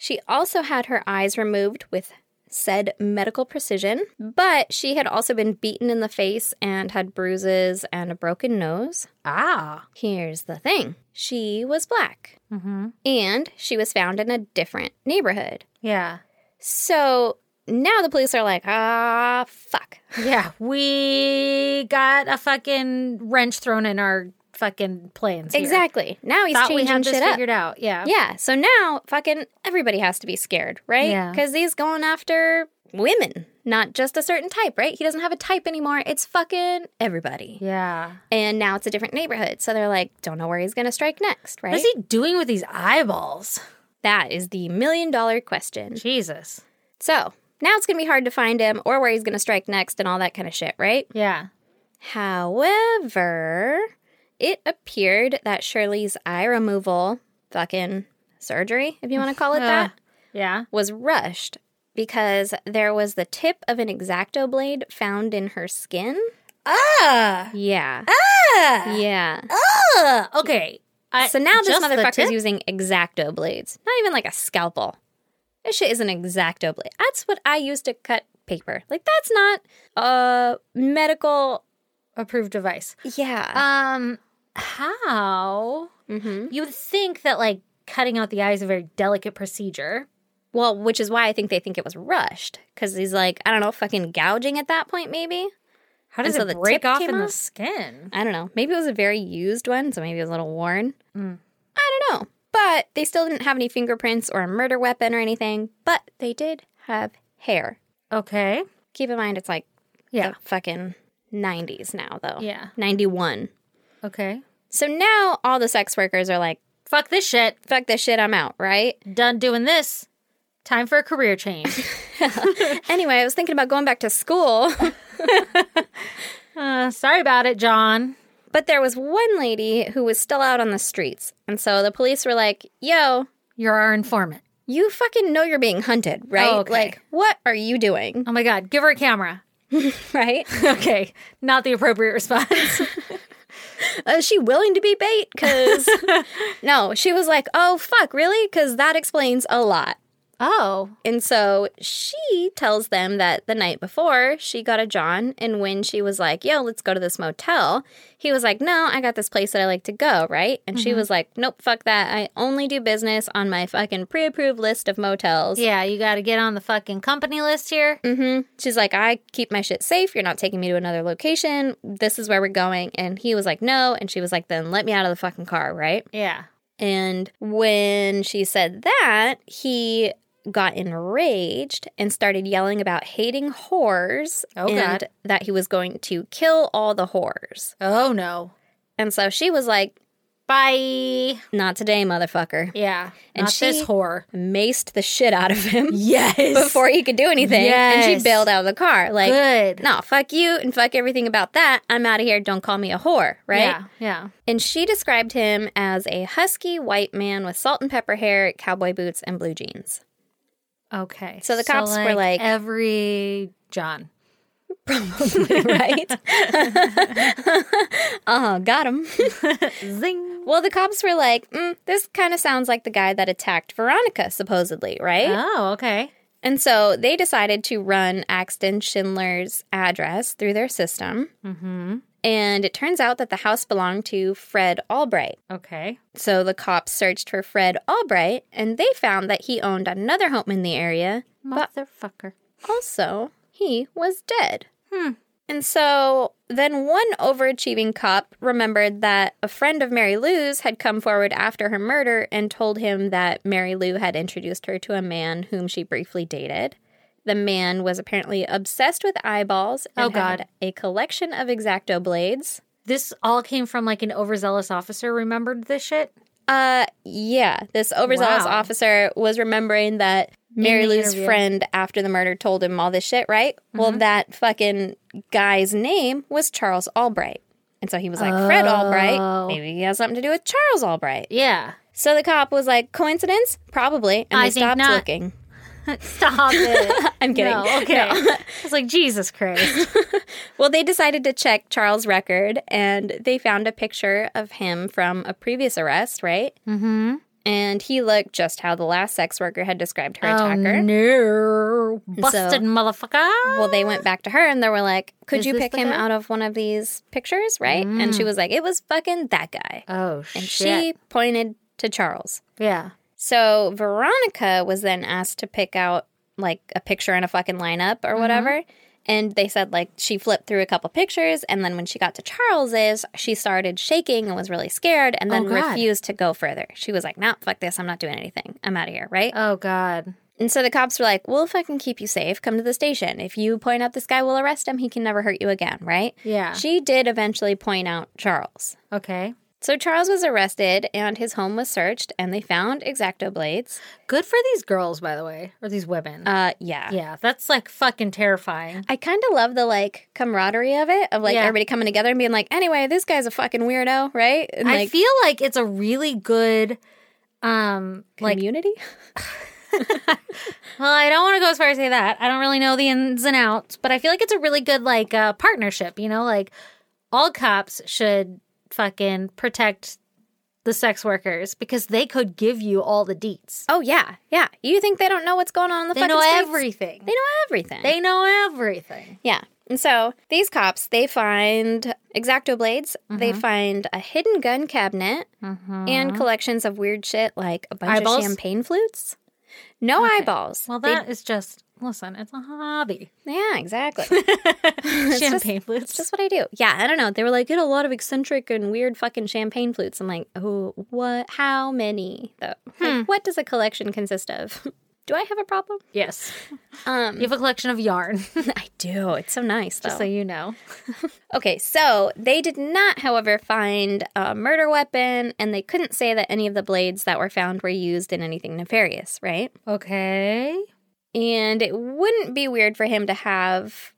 [SPEAKER 2] She also had her eyes removed with said medical precision, but she had also been beaten in the face and had bruises and a broken nose.
[SPEAKER 1] Ah.
[SPEAKER 2] Here's the thing she was black,
[SPEAKER 1] Mm-hmm.
[SPEAKER 2] and she was found in a different neighborhood.
[SPEAKER 1] Yeah.
[SPEAKER 2] So Now the police are like, ah, fuck.
[SPEAKER 1] Yeah, we got a fucking wrench thrown in our fucking plans. here.
[SPEAKER 2] Exactly. Now he's
[SPEAKER 1] Thought we
[SPEAKER 2] changing
[SPEAKER 1] had this
[SPEAKER 2] shit up.
[SPEAKER 1] figured out. Yeah.
[SPEAKER 2] Yeah. So now fucking everybody has to be scared, right?
[SPEAKER 1] Yeah.
[SPEAKER 2] Because he's going after women, not just a certain type, right? He doesn't have a type anymore. It's fucking everybody.
[SPEAKER 1] Yeah.
[SPEAKER 2] And now it's a different neighborhood. So they're like, don't know where he's going to strike next, right?
[SPEAKER 1] What's he doing with these eyeballs?
[SPEAKER 2] That is the million dollar question.
[SPEAKER 1] Jesus.
[SPEAKER 2] So now it's going to be hard to find him or where he's going to strike next and all that kind of shit, right?
[SPEAKER 1] Yeah.
[SPEAKER 2] However, it appeared that Shirley's eye removal, fucking surgery, if you want to call it that,
[SPEAKER 1] Yeah.
[SPEAKER 2] was rushed because there was the tip of an exacto blade found in her skin. Uh.
[SPEAKER 1] Ah.
[SPEAKER 2] Yeah. Yeah.
[SPEAKER 1] Ah. Okay. I-
[SPEAKER 2] so now this
[SPEAKER 1] just the
[SPEAKER 2] motherfucker's
[SPEAKER 1] tip?
[SPEAKER 2] using exacto blades, not even like a scalpel. This shit is an exacto blade. That's what I use to cut paper. Like that's not a medical.
[SPEAKER 1] approved device.
[SPEAKER 2] Yeah.
[SPEAKER 1] Um, how
[SPEAKER 2] hmm
[SPEAKER 1] you would think that like cutting out the eye is a very delicate procedure.
[SPEAKER 2] Well, which is why I think they think it was rushed because he's like, I don't know, fucking gouging at that point, maybe.
[SPEAKER 1] How does
[SPEAKER 2] And so
[SPEAKER 1] it
[SPEAKER 2] the
[SPEAKER 1] break
[SPEAKER 2] tip
[SPEAKER 1] off
[SPEAKER 2] came
[SPEAKER 1] in the
[SPEAKER 2] off?
[SPEAKER 1] skin?
[SPEAKER 2] I don't know. Maybe it was a very used one, so maybe it was a little worn. I don't know. But they still didn't have any fingerprints or a murder weapon or anything, but they did have hair.
[SPEAKER 1] Okay.
[SPEAKER 2] Keep in mind, it's like
[SPEAKER 1] Yeah.
[SPEAKER 2] the fucking 90s now, though.
[SPEAKER 1] Yeah.
[SPEAKER 2] 91.
[SPEAKER 1] Okay.
[SPEAKER 2] So now all the sex workers are like,
[SPEAKER 1] Fuck this shit.
[SPEAKER 2] fuck this shit, I'm out, right?
[SPEAKER 1] Done doing this. Time for a career change.
[SPEAKER 2] anyway, I was thinking about going back to school.
[SPEAKER 1] uh, sorry about it, John.
[SPEAKER 2] But there was one lady who was still out on the streets. And so the police were like, yo,
[SPEAKER 1] You're our informant.
[SPEAKER 2] you fucking know you're being hunted, right?
[SPEAKER 1] Oh, okay.
[SPEAKER 2] Like, what are you doing?
[SPEAKER 1] Oh my God. Give her a camera. Oh.
[SPEAKER 2] Right?
[SPEAKER 1] okay. Not the appropriate response.
[SPEAKER 2] Uh, is she willing to be bait? Because, no, she was like, oh, fuck, really? Because that explains a lot.
[SPEAKER 1] oh.
[SPEAKER 2] And so she tells them that the night before she got a John, and when she was like, yo, let's go to this motel, he was like, no, I got this place that I like to go, right? And she was like, nope, fuck that. I only do business on my fucking pre approved list of motels.
[SPEAKER 1] Yeah. You got to get on the fucking company list here.
[SPEAKER 2] hmm She's like, I keep my shit safe. You're not taking me to another location. This is where we're going. And he was like, no. And she was like, then let me out of the fucking car, right?
[SPEAKER 1] Yeah.
[SPEAKER 2] And when she said that, he got enraged and started yelling about hating whores
[SPEAKER 1] Oh,
[SPEAKER 2] and
[SPEAKER 1] God.
[SPEAKER 2] that he was going to kill all the whores.
[SPEAKER 1] Oh no.
[SPEAKER 2] And so she was like,
[SPEAKER 1] Bye.
[SPEAKER 2] not today, motherfucker.
[SPEAKER 1] Yeah.
[SPEAKER 2] And
[SPEAKER 1] not
[SPEAKER 2] she-
[SPEAKER 1] this whore.
[SPEAKER 2] Maced the shit out of him
[SPEAKER 1] Yes.
[SPEAKER 2] before he could do anything. And
[SPEAKER 1] Yes.
[SPEAKER 2] she bailed out of the car. Like,
[SPEAKER 1] good.
[SPEAKER 2] no, fuck you and fuck everything about that. I'm out of here. Don't call me a whore, right?
[SPEAKER 1] Yeah. Yeah.
[SPEAKER 2] And she described him as a husky white man with salt and pepper hair, cowboy boots, and blue jeans.
[SPEAKER 1] Okay.
[SPEAKER 2] So the cops were like-
[SPEAKER 1] every John.
[SPEAKER 2] right? uh, got him.
[SPEAKER 1] Zing.
[SPEAKER 2] well, the cops were like, mm, this kind of sounds like the guy that attacked Veronica, supposedly, right?
[SPEAKER 1] Oh, okay.
[SPEAKER 2] And so they decided to run Axton Schindler's address through their system.
[SPEAKER 1] Mm-hmm.
[SPEAKER 2] And it turns out that the house belonged to Fred Albright.
[SPEAKER 1] Okay.
[SPEAKER 2] So the cops searched for Fred Albright and they found that he owned another home in the area, but
[SPEAKER 1] Motherfucker.
[SPEAKER 2] also he was dead.
[SPEAKER 1] Hmm.
[SPEAKER 2] And so then one overachieving cop remembered that a friend of Mary Lou's had come forward after her murder and told him that Mary Lou had introduced her to a man whom she briefly dated. The man was apparently obsessed with eyeballs and
[SPEAKER 1] Oh, God.
[SPEAKER 2] had a collection of exacto blades.
[SPEAKER 1] This all came from like an overzealous officer remembered this shit.
[SPEAKER 2] Uh, yeah. This overzealous
[SPEAKER 1] Wow.
[SPEAKER 2] officer was remembering that Mary
[SPEAKER 1] the
[SPEAKER 2] Lou's
[SPEAKER 1] interview. Mm-hmm.
[SPEAKER 2] friend after the murder told him all this shit, right? Well, that fucking guy's name was Charles Albright. And so he was like, Fred
[SPEAKER 1] Oh.
[SPEAKER 2] Albright. Maybe he has something to do with Charles Albright.
[SPEAKER 1] Yeah.
[SPEAKER 2] So the cop was like, coincidence? Probably. And
[SPEAKER 1] I
[SPEAKER 2] they
[SPEAKER 1] think
[SPEAKER 2] stopped
[SPEAKER 1] not.
[SPEAKER 2] looking.
[SPEAKER 1] Stop it.
[SPEAKER 2] I'm kidding.
[SPEAKER 1] No, okay. I was like, Jesus Christ.
[SPEAKER 2] Well, they decided to check Charles' record and they found a picture of him from a previous arrest, right?
[SPEAKER 1] Mm-hmm.
[SPEAKER 2] And he looked just how the last sex worker had described her
[SPEAKER 1] Oh,
[SPEAKER 2] attacker.
[SPEAKER 1] no. Busted motherfucker.
[SPEAKER 2] Well, they went back to her and they were like, "Could
[SPEAKER 1] Is
[SPEAKER 2] you
[SPEAKER 1] this
[SPEAKER 2] pick
[SPEAKER 1] the
[SPEAKER 2] him
[SPEAKER 1] guy?
[SPEAKER 2] out of one of these pictures?" Right? And she was like, "It was fucking that guy."
[SPEAKER 1] Oh, shit.
[SPEAKER 2] And she pointed to Charles.
[SPEAKER 1] yeah.
[SPEAKER 2] So Veronica was then asked to pick out like a picture and a fucking lineup
[SPEAKER 1] Uh-huh.
[SPEAKER 2] or whatever. And they said like she flipped through a couple pictures, and then when she got to Charles's, she started shaking and was really scared, and then
[SPEAKER 1] Oh, God.
[SPEAKER 2] refused to go further. She was like, "Nah, fuck this. I'm not doing anything. I'm out of here." Right?
[SPEAKER 1] Oh God.
[SPEAKER 2] And so the cops were like, "We'll fucking keep you safe. Come to the station. If you point out this guy, we'll arrest him. He can never hurt you again." Right?
[SPEAKER 1] Yeah.
[SPEAKER 2] She did eventually point out Charles.
[SPEAKER 1] Okay.
[SPEAKER 2] So Charles was arrested and his home was searched and they found exacto blades.
[SPEAKER 1] Good for these girls, by the way, or these women.
[SPEAKER 2] Uh yeah.
[SPEAKER 1] yeah, that's like fucking terrifying.
[SPEAKER 2] I kind of love the like camaraderie of it of like
[SPEAKER 1] Yeah.
[SPEAKER 2] everybody coming together and being like, "Anyway, this guy's a fucking weirdo, right?" And
[SPEAKER 1] I
[SPEAKER 2] like
[SPEAKER 1] feel like it's a really good, um, like.
[SPEAKER 2] community.
[SPEAKER 1] Well, I don't want to go as far as say that. I don't really know the ins and outs, but I feel like it's a really good like uh, partnership. You know, like all cops should fucking protect the sex workers because they could give you all the deets.
[SPEAKER 2] oh yeah. Yeah. You think they don't know what's going on in the
[SPEAKER 1] They
[SPEAKER 2] fucking
[SPEAKER 1] know
[SPEAKER 2] streets?
[SPEAKER 1] everything.
[SPEAKER 2] They know everything.
[SPEAKER 1] They know everything.
[SPEAKER 2] Yeah. And so these cops, they find exacto blades, they
[SPEAKER 1] Mm-hmm.
[SPEAKER 2] find a hidden gun cabinet, and collections of weird shit like a bunch
[SPEAKER 1] Eyeballs?
[SPEAKER 2] of champagne flutes. No eyeballs.
[SPEAKER 1] Well,
[SPEAKER 2] They-
[SPEAKER 1] that is just listen. It's a hobby.
[SPEAKER 2] yeah, exactly.
[SPEAKER 1] Champagne flutes.
[SPEAKER 2] That's what I do. Yeah, I don't know. They were like, get a lot of eccentric and weird fucking champagne flutes. I'm like, oh, what? How many though? Like, what does a collection consist of? do I have a problem?
[SPEAKER 1] yes,
[SPEAKER 2] Um,
[SPEAKER 1] you have a collection of yarn,
[SPEAKER 2] I do. It's so nice. Though.
[SPEAKER 1] so you know.
[SPEAKER 2] Okay, so they did not, however, find a murder weapon, and they couldn't say that any of the blades that were found were used in anything nefarious, right?
[SPEAKER 1] Okay.
[SPEAKER 2] And it wouldn't be weird for him to have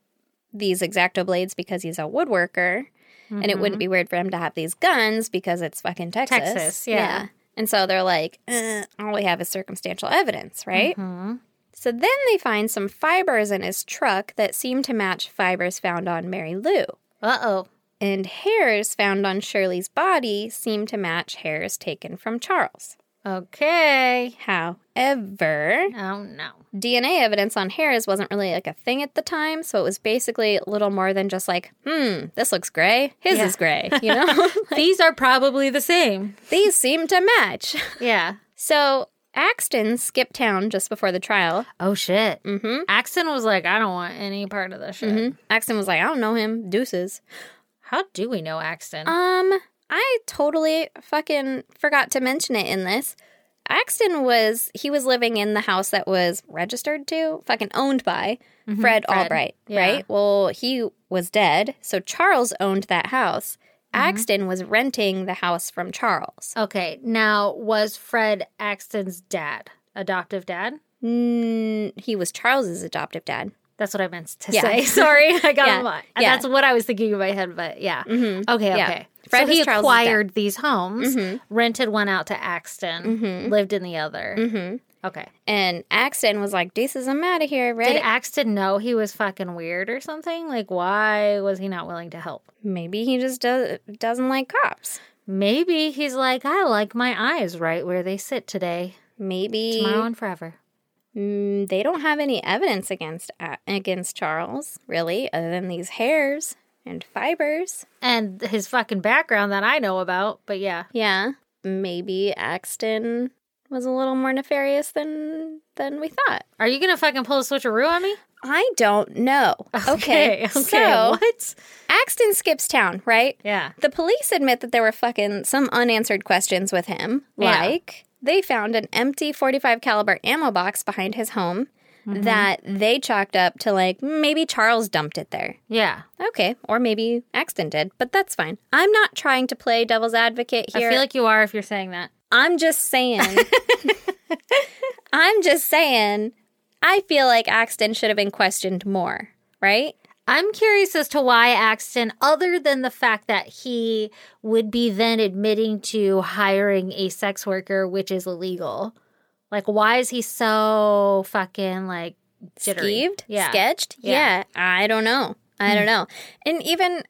[SPEAKER 2] these exacto blades because he's a woodworker, and it
[SPEAKER 1] Mm-hmm.
[SPEAKER 2] wouldn't be weird for him to have these guns because it's fucking Texas.
[SPEAKER 1] Texas, yeah.
[SPEAKER 2] And so they're like, eh, all we have is circumstantial evidence, right?
[SPEAKER 1] Mm-hmm. Hmm.
[SPEAKER 2] So then they find some fibers in his truck that seem to match fibers found on Mary Lou
[SPEAKER 1] Uh oh.
[SPEAKER 2] and hairs found on Shirley's body seem to match hairs taken from Charles.
[SPEAKER 1] Okay.
[SPEAKER 2] However,
[SPEAKER 1] Oh no.
[SPEAKER 2] DNA evidence on hairs wasn't really like a thing at the time, so it was basically little more than just like, hmm, this looks gray. His
[SPEAKER 1] Yeah.
[SPEAKER 2] is gray, you know?
[SPEAKER 1] These are probably the same.
[SPEAKER 2] These seem to match.
[SPEAKER 1] Yeah.
[SPEAKER 2] So Axton skipped town just before the trial.
[SPEAKER 1] Oh shit. Mm-hmm.
[SPEAKER 2] Mm-hmm.
[SPEAKER 1] Axon was like, I don't want any part of this shit.
[SPEAKER 2] hmm Axton was like, I don't know him. Deuces.
[SPEAKER 1] How do we know Axton?
[SPEAKER 2] Um, I totally fucking forgot to mention it in this. Axton was he was living in the house that was registered to, fucking owned by Fred, Albright,
[SPEAKER 1] Mm-hmm. Yeah.
[SPEAKER 2] right? Well, he was dead, so Charles owned that house.
[SPEAKER 1] Mm-hmm.
[SPEAKER 2] Axton was renting the house from Charles.
[SPEAKER 1] okay. Now, was Fred Axton's dad adoptive dad?
[SPEAKER 2] Mm, he was Charles's adoptive dad.
[SPEAKER 1] That's what I meant to
[SPEAKER 2] Yeah.
[SPEAKER 1] say. Sorry, I got a
[SPEAKER 2] Yeah.
[SPEAKER 1] lot.
[SPEAKER 2] Yeah.
[SPEAKER 1] That's what I was thinking in my head, but Mm-hmm. yeah.
[SPEAKER 2] Mhm.
[SPEAKER 1] Okay,
[SPEAKER 2] Yeah.
[SPEAKER 1] okay.
[SPEAKER 2] Fred
[SPEAKER 1] so
[SPEAKER 2] was
[SPEAKER 1] he
[SPEAKER 2] Charles's
[SPEAKER 1] acquired these homes,
[SPEAKER 2] Mhm.
[SPEAKER 1] rented one out to Axton, lived in the other.
[SPEAKER 2] Mm-hmm.
[SPEAKER 1] Okay.
[SPEAKER 2] And Axton was like, "Deuces, I'm out of here," right?
[SPEAKER 1] Did Axton know he was fucking weird or something? Like, why was he not willing to help?
[SPEAKER 2] Maybe he just does, doesn't like cops.
[SPEAKER 1] Maybe he's like, I like my eyes right where they sit today,
[SPEAKER 2] Maybe
[SPEAKER 1] tomorrow, and forever.
[SPEAKER 2] Mm, they don't have any evidence against uh, against Charles, really, other than these hairs and fibers.
[SPEAKER 1] And his fucking background that I know about, but yeah.
[SPEAKER 2] Yeah, maybe Axton was a little more nefarious than than we thought.
[SPEAKER 1] Are you gonna fucking pull a switcheroo on me?
[SPEAKER 2] I don't know. Okay,
[SPEAKER 1] okay.
[SPEAKER 2] so
[SPEAKER 1] what?
[SPEAKER 2] Axton skips town, right?
[SPEAKER 1] Yeah.
[SPEAKER 2] The police admit that there were fucking some unanswered questions with him,
[SPEAKER 1] Yeah.
[SPEAKER 2] like they found an empty 45 caliber ammo box behind his home
[SPEAKER 1] Mm-hmm.
[SPEAKER 2] that they chalked up to like maybe Charles dumped it there.
[SPEAKER 1] Yeah.
[SPEAKER 2] Okay, or maybe Axton did, but that's fine. I'm not trying to play devil's advocate here.
[SPEAKER 1] I feel like you are if you're saying that.
[SPEAKER 2] I'm just saying. I'm just saying. I feel like Axton should have been questioned more, right?
[SPEAKER 1] I'm curious as to why Axton, other than the fact that he would be then admitting to hiring a sex worker, which is illegal. Like, why is he so fucking like jittery?
[SPEAKER 2] Skeeved,
[SPEAKER 1] Yeah.
[SPEAKER 2] sketched. Yeah.
[SPEAKER 1] Yeah. Hmm.
[SPEAKER 2] I don't know. I don't know. And even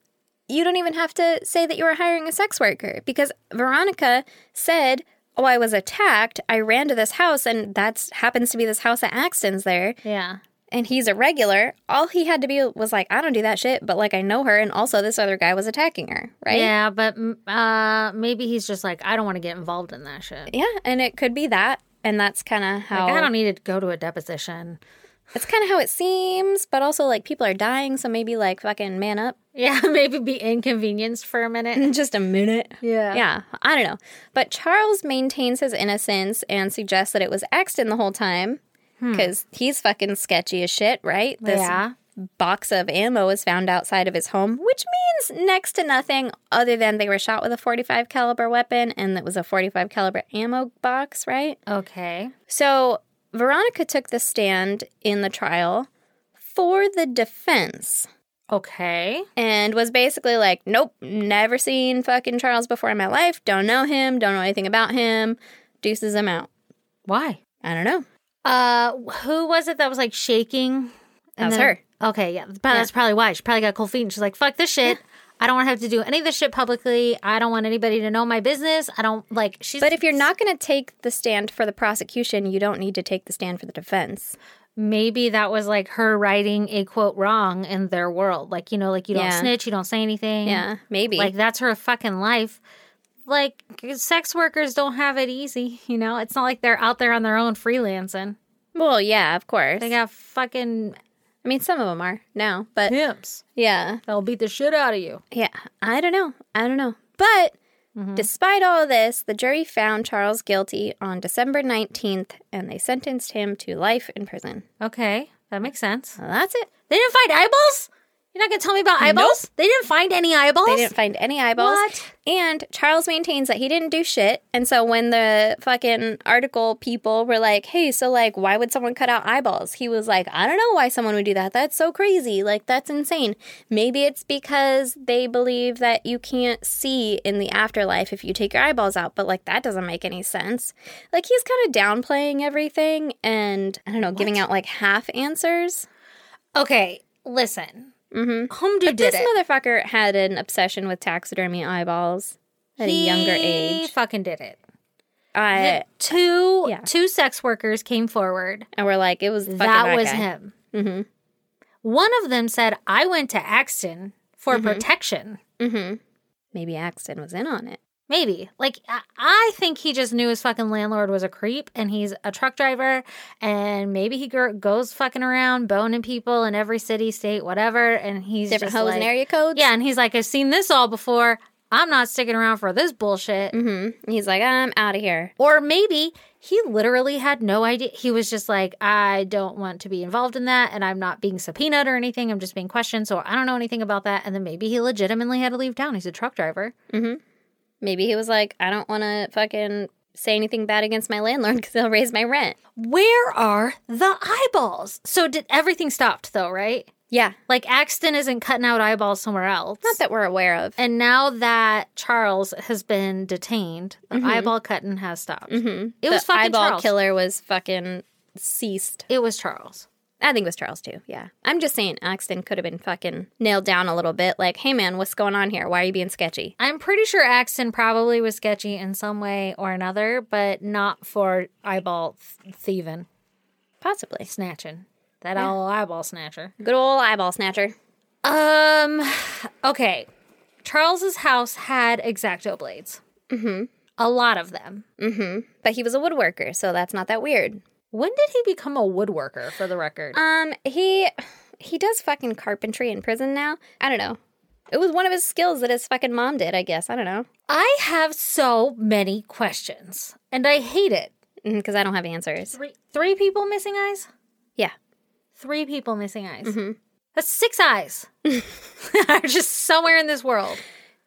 [SPEAKER 2] you don't even have to say that you were hiring a sex worker because Veronica said, "Oh, I was attacked. I ran to this house, and that's happens to be this house that Axton's there."
[SPEAKER 1] yeah.
[SPEAKER 2] and he's a regular, all he had to be was like, I don't do that shit, but like I know her, and also this other guy was attacking her, right?
[SPEAKER 1] Yeah, but mm, uh, maybe he's just like, I don't want to get involved in that shit.
[SPEAKER 2] Yeah, and it could be that, and that's kind of how
[SPEAKER 1] Like, I don't need to go to a deposition.
[SPEAKER 2] It's kind of how it seems, but also like people are dying, so maybe like fucking man up.
[SPEAKER 1] Yeah, maybe be inconvenienced for a minute.
[SPEAKER 2] Just a minute.
[SPEAKER 1] Yeah.
[SPEAKER 2] Yeah, I don't know. But Charles maintains his innocence and suggests that it was Exton the whole time because he's fucking sketchy as shit, right? This
[SPEAKER 1] Hmm. Yeah.
[SPEAKER 2] box of ammo was found outside of his home, which means next to nothing other than they were shot with a 45 caliber weapon and it was a 45 caliber ammo box, right?
[SPEAKER 1] Okay.
[SPEAKER 2] So Veronica took the stand in the trial for the defense
[SPEAKER 1] Okay.
[SPEAKER 2] and was basically like, nope, never seen fucking Charles before in my life. Don't know him. Don't know anything about him. Deuces him out.
[SPEAKER 1] Why?
[SPEAKER 2] I don't know.
[SPEAKER 1] Uh, who was it that was like shaking?
[SPEAKER 2] That was her.
[SPEAKER 1] Okay, yeah, but that's probably why she probably got cold feet and she's like, "Fuck this shit. I don't want to have to do any of this shit publicly. I don't want anybody to know my business. I don't like." She's
[SPEAKER 2] But if you're not going to take the stand for the prosecution, you don't need to take the stand for the defense.
[SPEAKER 1] maybe that was like her writing a quote wrong in their world, like you know, like you don't
[SPEAKER 2] Yeah.
[SPEAKER 1] snitch, you don't say anything.
[SPEAKER 2] Yeah, maybe.
[SPEAKER 1] like that's her fucking life. Like sex workers don't have it easy, you know. It's not like they're out there on their own freelancing.
[SPEAKER 2] well, yeah, of course.
[SPEAKER 1] They got fucking
[SPEAKER 2] I mean, some of them are now, but
[SPEAKER 1] pimps.
[SPEAKER 2] yeah.
[SPEAKER 1] They'll beat the shit out of you.
[SPEAKER 2] Yeah, I don't know. I don't know. But despite all this, the jury found Charles guilty on December 19th and they sentenced him to life in prison.
[SPEAKER 1] Okay, that makes sense.
[SPEAKER 2] Well, that's it.
[SPEAKER 1] They didn't find eyeballs? You're not going to tell me about eyeballs? They didn't find any eyeballs?
[SPEAKER 2] They didn't find any eyeballs.
[SPEAKER 1] What?
[SPEAKER 2] And Charles maintains that he didn't do shit. And so when the fucking article people were like, hey, so like, why would someone cut out eyeballs? He was like, I don't know why someone would do that. That's so crazy. Like, that's insane. Maybe it's because they believe that you can't see in the afterlife if you take your eyeballs out. But like, that doesn't make any sense. Like, he's kind of downplaying everything and I don't know, giving out like half answers.
[SPEAKER 1] Okay, listen. Mm-hmm. Humdu did
[SPEAKER 2] This
[SPEAKER 1] it.
[SPEAKER 2] motherfucker had an obsession with taxidermy eyeballs at a younger
[SPEAKER 1] He
[SPEAKER 2] age.
[SPEAKER 1] fucking did it.
[SPEAKER 2] I
[SPEAKER 1] two
[SPEAKER 2] yeah.
[SPEAKER 1] two sex workers came forward.
[SPEAKER 2] and we're like, it was fucking
[SPEAKER 1] that, was
[SPEAKER 2] guy. Mm-hmm.
[SPEAKER 1] him. One of them said, I went to Axton for
[SPEAKER 2] Mm-hmm.
[SPEAKER 1] protection.
[SPEAKER 2] Maybe Axton was in on it.
[SPEAKER 1] Maybe. Like, I- I think he just knew his fucking landlord was a creep and he's a truck driver. And maybe he gr- goes fucking around boning people in every city, state, whatever. And he's
[SPEAKER 2] Different
[SPEAKER 1] just
[SPEAKER 2] hoes
[SPEAKER 1] like,
[SPEAKER 2] and area codes.
[SPEAKER 1] Yeah, and he's like, I've seen this all before. I'm not sticking around for this bullshit.
[SPEAKER 2] And Mm-hmm. He's like, I'm out of here.
[SPEAKER 1] Or maybe he literally had no idea. He was just like, I don't want to be involved in that, and I'm not being subpoenaed or anything. I'm just being questioned, so I don't know anything about that. And then maybe he legitimately had to leave town. He's a truck driver.
[SPEAKER 2] Maybe he was like, I don't want to fucking say anything bad against my landlord because he'll raise my rent.
[SPEAKER 1] Where are the eyeballs? So did everything stopped though, right?
[SPEAKER 2] Yeah,
[SPEAKER 1] Like Axton isn't cutting out eyeballs somewhere else.
[SPEAKER 2] not that we're aware of.
[SPEAKER 1] and now that Charles has been detained, the eyeball cutting has stopped. It was
[SPEAKER 2] Mm-hmm. the
[SPEAKER 1] fucking
[SPEAKER 2] eyeball
[SPEAKER 1] Charles.
[SPEAKER 2] killer was fucking ceased.
[SPEAKER 1] It was Charles.
[SPEAKER 2] I think it was Charles too. Yeah, I'm just saying Axton could have been fucking nailed down a little bit. Like, hey man, what's going on here? Why are you being sketchy?
[SPEAKER 1] I'm pretty sure Axton probably was sketchy in some way or another, but not for eyeball th- thieving,
[SPEAKER 2] Possibly
[SPEAKER 1] snatching. That old eyeball snatcher.
[SPEAKER 2] good old eyeball snatcher.
[SPEAKER 1] Um, okay. Charles's house had exacto blades. Mm-hmm. A lot of them.
[SPEAKER 2] But he was a woodworker, so that's not that weird.
[SPEAKER 1] When did he become a woodworker, for the record?
[SPEAKER 2] Um, he he does fucking carpentry in prison now. I don't know. It was one of his skills that his fucking mom did, I guess. I don't know
[SPEAKER 1] I have so many questions, and I hate it.
[SPEAKER 2] because Mm, I don't have answers.
[SPEAKER 1] Three, three people missing eyes?
[SPEAKER 2] Yeah,
[SPEAKER 1] Three people missing eyes. That's six eyes. Are just somewhere in this world.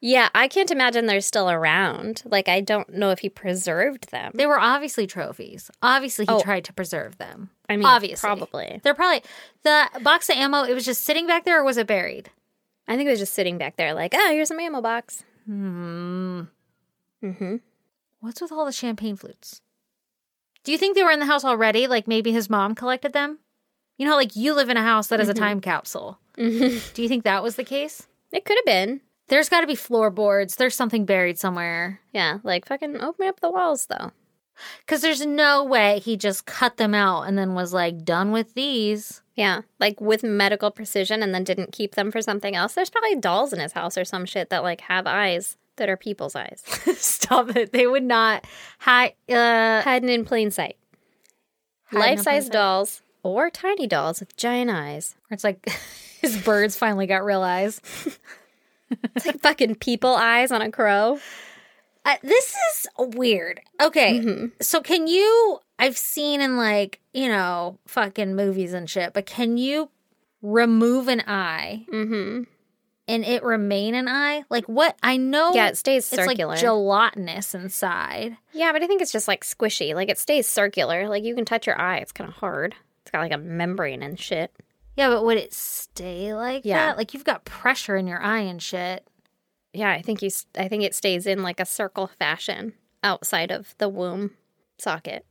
[SPEAKER 2] yeah. I can't imagine they're still around. Like, I don't know if he preserved them.
[SPEAKER 1] They were obviously trophies. Obviously, he tried to preserve them.
[SPEAKER 2] I mean,
[SPEAKER 1] obviously,
[SPEAKER 2] probably.
[SPEAKER 1] they're probably the box of ammo. It was just sitting back there, or was it buried?
[SPEAKER 2] I think it was just sitting back there, like, oh, here's a ammo box.
[SPEAKER 1] Hmm.
[SPEAKER 2] Mm-hmm.
[SPEAKER 1] What's with all the champagne flutes? Do you think they were in the house already? Like maybe his mom collected them. You know, how, like you live in a house that is a time capsule. Do you think that was the case?
[SPEAKER 2] It could have been.
[SPEAKER 1] There's got to be floorboards. There's something buried somewhere.
[SPEAKER 2] Yeah, like fucking open up the walls though.
[SPEAKER 1] Because there's no way he just cut them out and then was like done with these.
[SPEAKER 2] Yeah, like with medical precision and then didn't keep them for something else. There's probably dolls in his house or some shit that like have eyes that are people's eyes.
[SPEAKER 1] Stop it! They would not. Hi. Uh,
[SPEAKER 2] Hiding in plain sight.
[SPEAKER 1] in plain
[SPEAKER 2] Life size
[SPEAKER 1] sight.
[SPEAKER 2] dolls or tiny dolls with giant eyes.
[SPEAKER 1] Where it's like his birds finally got real eyes.
[SPEAKER 2] It's like fucking people eyes on a crow.
[SPEAKER 1] Uh, this is weird. Okay.
[SPEAKER 2] Mm-hmm.
[SPEAKER 1] So can you I've seen in like, you know, fucking movies and shit, but can you remove an eye
[SPEAKER 2] Mm-hmm.
[SPEAKER 1] and it remain an eye? Like what? I know
[SPEAKER 2] Yeah, it stays
[SPEAKER 1] it's
[SPEAKER 2] circular.
[SPEAKER 1] like gelatinous inside.
[SPEAKER 2] yeah, but I think it's just like squishy. Like it stays circular. Like you can touch your eye. It's kind of hard. It's got like a membrane and shit.
[SPEAKER 1] Yeah, but would it stay like
[SPEAKER 2] Yeah.
[SPEAKER 1] that? Like you've got pressure in your eye and shit.
[SPEAKER 2] Yeah, I think you. s- I think it stays in like a circle fashion outside of the womb socket.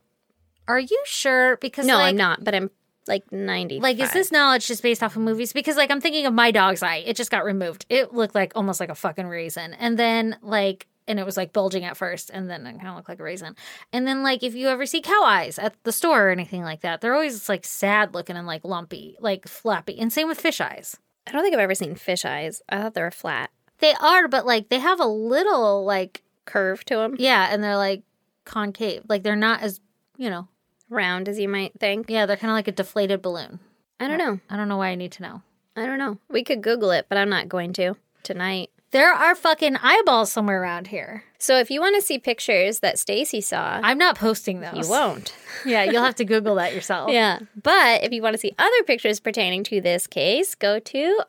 [SPEAKER 1] Are you sure? Because
[SPEAKER 2] No,
[SPEAKER 1] like,
[SPEAKER 2] I'm not. But I'm like ninety.
[SPEAKER 1] Like, is this knowledge just based off of movies? Because, like, I'm thinking of my dog's eye. It just got removed. It looked like almost like a fucking raisin. And then, like, and it was like bulging at first, and then it kind of looked like a raisin. And then, like, if you ever see cow eyes at the store or anything like that, they're always like sad looking and like lumpy, like flappy. And same with fish eyes.
[SPEAKER 2] I don't think I've ever seen fish eyes. I thought they were flat,
[SPEAKER 1] They are, but like, they have a little, like,
[SPEAKER 2] curved to them,
[SPEAKER 1] yeah, and they're like concave. Like, they're not as, you know,
[SPEAKER 2] round as you might think.
[SPEAKER 1] yeah, they're kind of like a deflated balloon.
[SPEAKER 2] I don't know.
[SPEAKER 1] I don't know why I need to know.
[SPEAKER 2] I don't know. We could Google it, but I'm not going to tonight.
[SPEAKER 1] There are fucking eyeballs somewhere around here.
[SPEAKER 2] So if you want to see pictures that Stacy saw,
[SPEAKER 1] I'm not posting those.
[SPEAKER 2] you won't.
[SPEAKER 1] Yeah, you'll have to Google that yourself.
[SPEAKER 2] Yeah. But if you want to see other pictures pertaining to this case, go to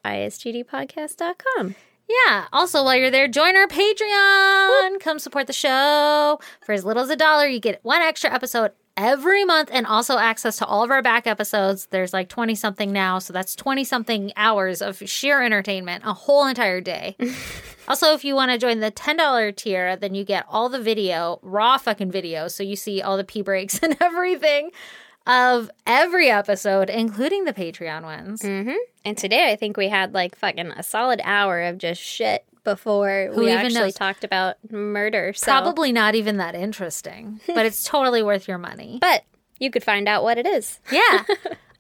[SPEAKER 2] isgdpodcast.com.
[SPEAKER 1] Yeah. Also, while you're there, join our Patreon. Come support the show. For as little as a dollar, you get one extra episode every month and also access to all of our back episodes. There's like 20 something now. So that's 20 something hours of sheer entertainment, a whole entire day. also, if you want to join the $10 tier, then you get all the video, raw fucking video. So you see all the pee breaks and everything of every episode, including the Patreon ones.
[SPEAKER 2] And today I think we had like fucking a solid hour of just shit before we
[SPEAKER 1] even
[SPEAKER 2] actually
[SPEAKER 1] knows?
[SPEAKER 2] talked about murder. So.
[SPEAKER 1] Probably not even that interesting, but it's totally worth your money.
[SPEAKER 2] But you could find out what it is.
[SPEAKER 1] Yeah.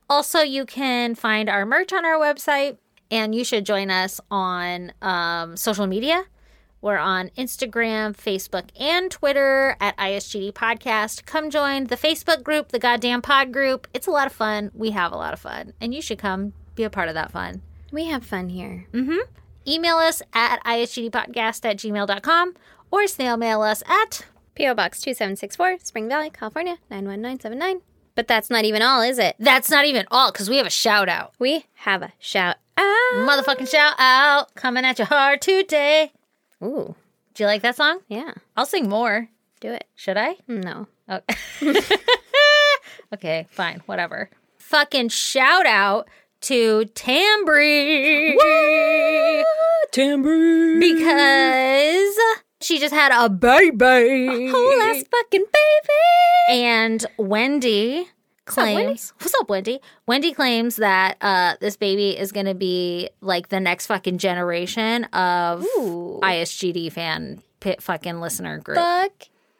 [SPEAKER 1] also, you can find our merch on our website, and you should join us on um, social media. We're on Instagram, Facebook, and Twitter at ISGD Podcast. Come join the Facebook group, the goddamn pod group. It's a lot of fun. We have a lot of fun, and you should come be a part of that fun.
[SPEAKER 2] We have fun here.
[SPEAKER 1] Email us at isgdpodcast at gmail.com or snail mail us at
[SPEAKER 2] P.O. Box 2764, Spring Valley, California, 91979. But that's not even all, is it?
[SPEAKER 1] that's not even all because we have a shout out.
[SPEAKER 2] We have a shout out.
[SPEAKER 1] Motherfucking shout out coming at you hard today.
[SPEAKER 2] Ooh,
[SPEAKER 1] Do you like that song?
[SPEAKER 2] yeah.
[SPEAKER 1] I'll sing more.
[SPEAKER 2] Do it.
[SPEAKER 1] Should I?
[SPEAKER 2] No.
[SPEAKER 1] Oh. okay, fine, whatever. Fucking shout out to Tambri.
[SPEAKER 2] Timber.
[SPEAKER 1] Because she just had a baby.
[SPEAKER 2] Whole ass fucking baby.
[SPEAKER 1] And Wendy
[SPEAKER 2] up,
[SPEAKER 1] claims
[SPEAKER 2] Wendy?
[SPEAKER 1] What's up, Wendy? Wendy claims that uh this baby is gonna be like the next fucking generation of
[SPEAKER 2] Ooh.
[SPEAKER 1] ISGD fan pit fucking listener group.
[SPEAKER 2] Fuck.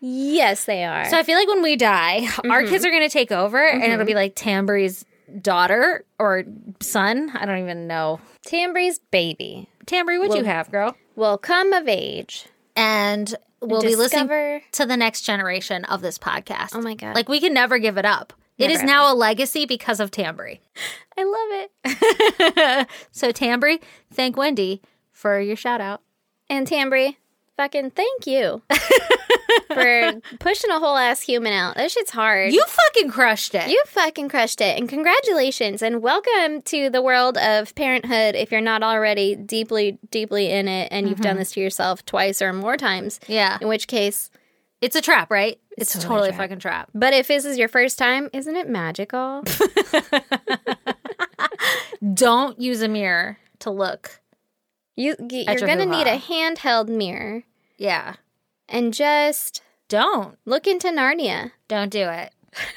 [SPEAKER 2] Yes, they are.
[SPEAKER 1] So I feel like when we die, our kids are going to take over and it'll be like Tambry's daughter or son. I don't even know.
[SPEAKER 2] Tambry's baby
[SPEAKER 1] Tambry, what'd you have, girl?
[SPEAKER 2] will come of age.
[SPEAKER 1] And we'll be listening
[SPEAKER 2] discover-
[SPEAKER 1] to the next generation of this podcast. Oh
[SPEAKER 2] my God.
[SPEAKER 1] Like we can never give it up. it
[SPEAKER 2] Never,
[SPEAKER 1] is now a legacy because of Tambry.
[SPEAKER 2] I love it.
[SPEAKER 1] So Tambry, thank Wendy for your shout out.
[SPEAKER 2] And Tambry, fucking thank you for pushing a whole ass human out. That shit's hard.
[SPEAKER 1] You fucking crushed it.
[SPEAKER 2] You fucking crushed it. And congratulations and welcome to the world of parenthood if you're not already deeply, deeply in it and you've done this to yourself twice or more times.
[SPEAKER 1] Mm-hmm. yeah.
[SPEAKER 2] In which case,
[SPEAKER 1] It's a trap, right? It's,
[SPEAKER 2] totally a
[SPEAKER 1] totally,
[SPEAKER 2] trap.
[SPEAKER 1] fucking trap.
[SPEAKER 2] but if this is your first time, isn't it magical?
[SPEAKER 1] Don't use a mirror to look.
[SPEAKER 2] you, you're
[SPEAKER 1] your
[SPEAKER 2] going to need
[SPEAKER 1] hoo-ha.
[SPEAKER 2] a handheld mirror
[SPEAKER 1] Yeah.
[SPEAKER 2] and just
[SPEAKER 1] Don't.
[SPEAKER 2] look into Narnia.
[SPEAKER 1] Don't do it.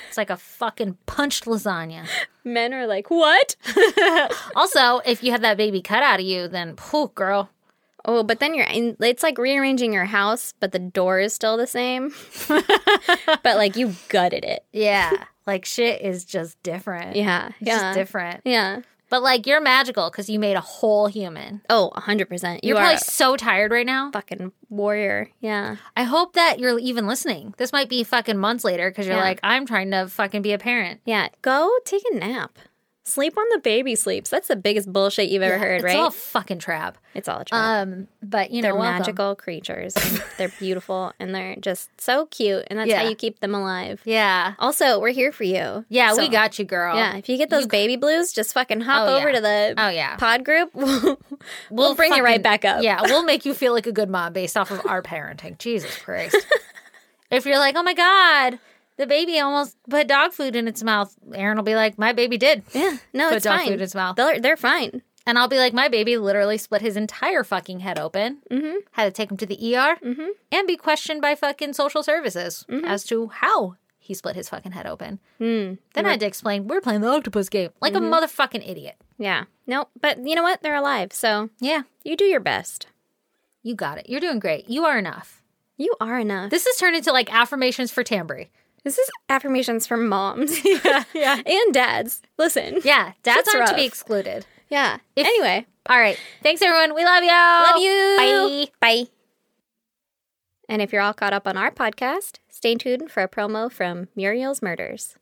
[SPEAKER 1] It's like a fucking punched lasagna.
[SPEAKER 2] Men are like, what?
[SPEAKER 1] Also, if you have that baby cut out of you, then pooh, girl.
[SPEAKER 2] Oh, but then you're in, it's like rearranging your house, but the door is still the same. but like you gutted it.
[SPEAKER 1] Yeah. like shit is just different.
[SPEAKER 2] Yeah.
[SPEAKER 1] It's
[SPEAKER 2] yeah.
[SPEAKER 1] just different.
[SPEAKER 2] Yeah.
[SPEAKER 1] But like you're magical because you made a whole human.
[SPEAKER 2] Oh, 100%. You
[SPEAKER 1] You're
[SPEAKER 2] are
[SPEAKER 1] probably
[SPEAKER 2] a
[SPEAKER 1] so tired right now.
[SPEAKER 2] fucking warrior. Yeah.
[SPEAKER 1] I hope that you're even listening. This might be fucking months later because you're
[SPEAKER 2] Yeah.
[SPEAKER 1] like, I'm trying to fucking be a parent.
[SPEAKER 2] Yeah. Go take a nap. Sleep when the baby sleeps. That's the biggest bullshit you've ever heard,
[SPEAKER 1] it's
[SPEAKER 2] right? Uh,
[SPEAKER 1] all fucking trap.
[SPEAKER 2] it's all a trap.
[SPEAKER 1] Um, but you know,
[SPEAKER 2] they're
[SPEAKER 1] welcome.
[SPEAKER 2] magical creatures. and they're beautiful and they're just so cute. And that's
[SPEAKER 1] Yeah.
[SPEAKER 2] how you keep them alive.
[SPEAKER 1] Yeah,
[SPEAKER 2] Also, we're here for you.
[SPEAKER 1] yeah,
[SPEAKER 2] So-
[SPEAKER 1] we got you, girl.
[SPEAKER 2] Yeah, if you get those baby blues, just fucking hop
[SPEAKER 1] Oh,
[SPEAKER 2] over
[SPEAKER 1] yeah.
[SPEAKER 2] to the
[SPEAKER 1] Oh, yeah.
[SPEAKER 2] pod group. we'll, bring you
[SPEAKER 1] fucking-
[SPEAKER 2] right back up.
[SPEAKER 1] Yeah, we'll make you feel like a good mom based off of our parenting. Jesus Christ. if you're like, oh my God, the baby almost put dog food in its mouth, Aaron will be like, my baby did.
[SPEAKER 2] Yeah, no,
[SPEAKER 1] Put
[SPEAKER 2] it's
[SPEAKER 1] dog
[SPEAKER 2] fine.
[SPEAKER 1] food in its mouth.
[SPEAKER 2] They're they're fine.
[SPEAKER 1] And I'll be like, my baby literally split his entire fucking head open, mm-hmm. had to take him to the ER, and be questioned by fucking social services as to how he split his fucking head open. Then I had to explain, we're playing the octopus game like a motherfucking idiot.
[SPEAKER 2] Yeah, no, but you know what? They're alive, so
[SPEAKER 1] Yeah,
[SPEAKER 2] you do your best.
[SPEAKER 1] you got it. You're doing great. You are enough.
[SPEAKER 2] You are enough.
[SPEAKER 1] This has turned into like affirmations for Tambry.
[SPEAKER 2] This is affirmations from moms, yeah, yeah, and dads. Listen,
[SPEAKER 1] Yeah, dads
[SPEAKER 2] Shit's
[SPEAKER 1] aren't to be
[SPEAKER 2] rough.
[SPEAKER 1] excluded.
[SPEAKER 2] yeah. anyway,
[SPEAKER 1] All right. Thanks, everyone. We love you.
[SPEAKER 2] Love you.
[SPEAKER 1] Bye.
[SPEAKER 2] Bye. And if you're all caught up on our podcast, stay tuned for a promo from Muriel's Murders.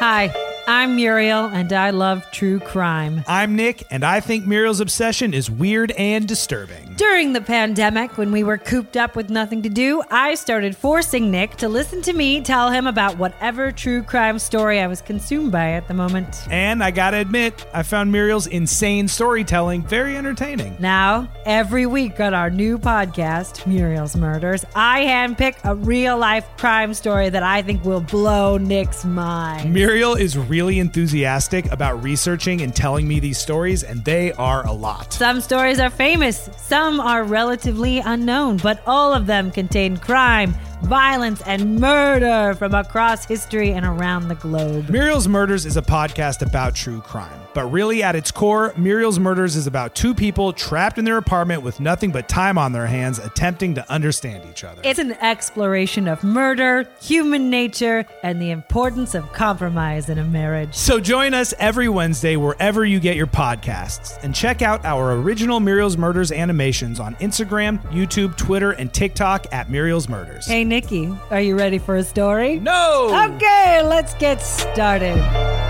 [SPEAKER 4] Hi, I'm Muriel, and I love true crime.
[SPEAKER 3] I'm Nick, and I think Muriel's obsession is weird and disturbing.
[SPEAKER 4] During the pandemic, when we were cooped up with nothing to do, I started forcing Nick to listen to me tell him about whatever true crime story I was consumed by at the moment.
[SPEAKER 3] And I gotta admit, I found Muriel's insane storytelling very entertaining.
[SPEAKER 4] Now, every week on our new podcast, Muriel's Murders, I handpick a real life crime story that I think will blow Nick's mind.
[SPEAKER 3] Muriel is really enthusiastic about researching and telling me these stories, and they are a lot.
[SPEAKER 4] Some stories are famous, some are relatively unknown, but all of them contain crime, violence, and murder from across history and around the globe.
[SPEAKER 3] Muriel's Murders is a podcast about true crime. But really, at its core, Muriel's Murders is about two people trapped in their apartment with nothing but time on their hands attempting to understand each other.
[SPEAKER 4] It's an exploration of murder, human nature, and the importance of compromise in a marriage.
[SPEAKER 3] So join us every Wednesday wherever you get your podcasts and check out our original Muriel's Murders animations on Instagram, YouTube, Twitter, and TikTok at Muriel's Murders.
[SPEAKER 4] Hey, Nikki, are you ready for a story?
[SPEAKER 3] No!
[SPEAKER 4] Okay, let's get started.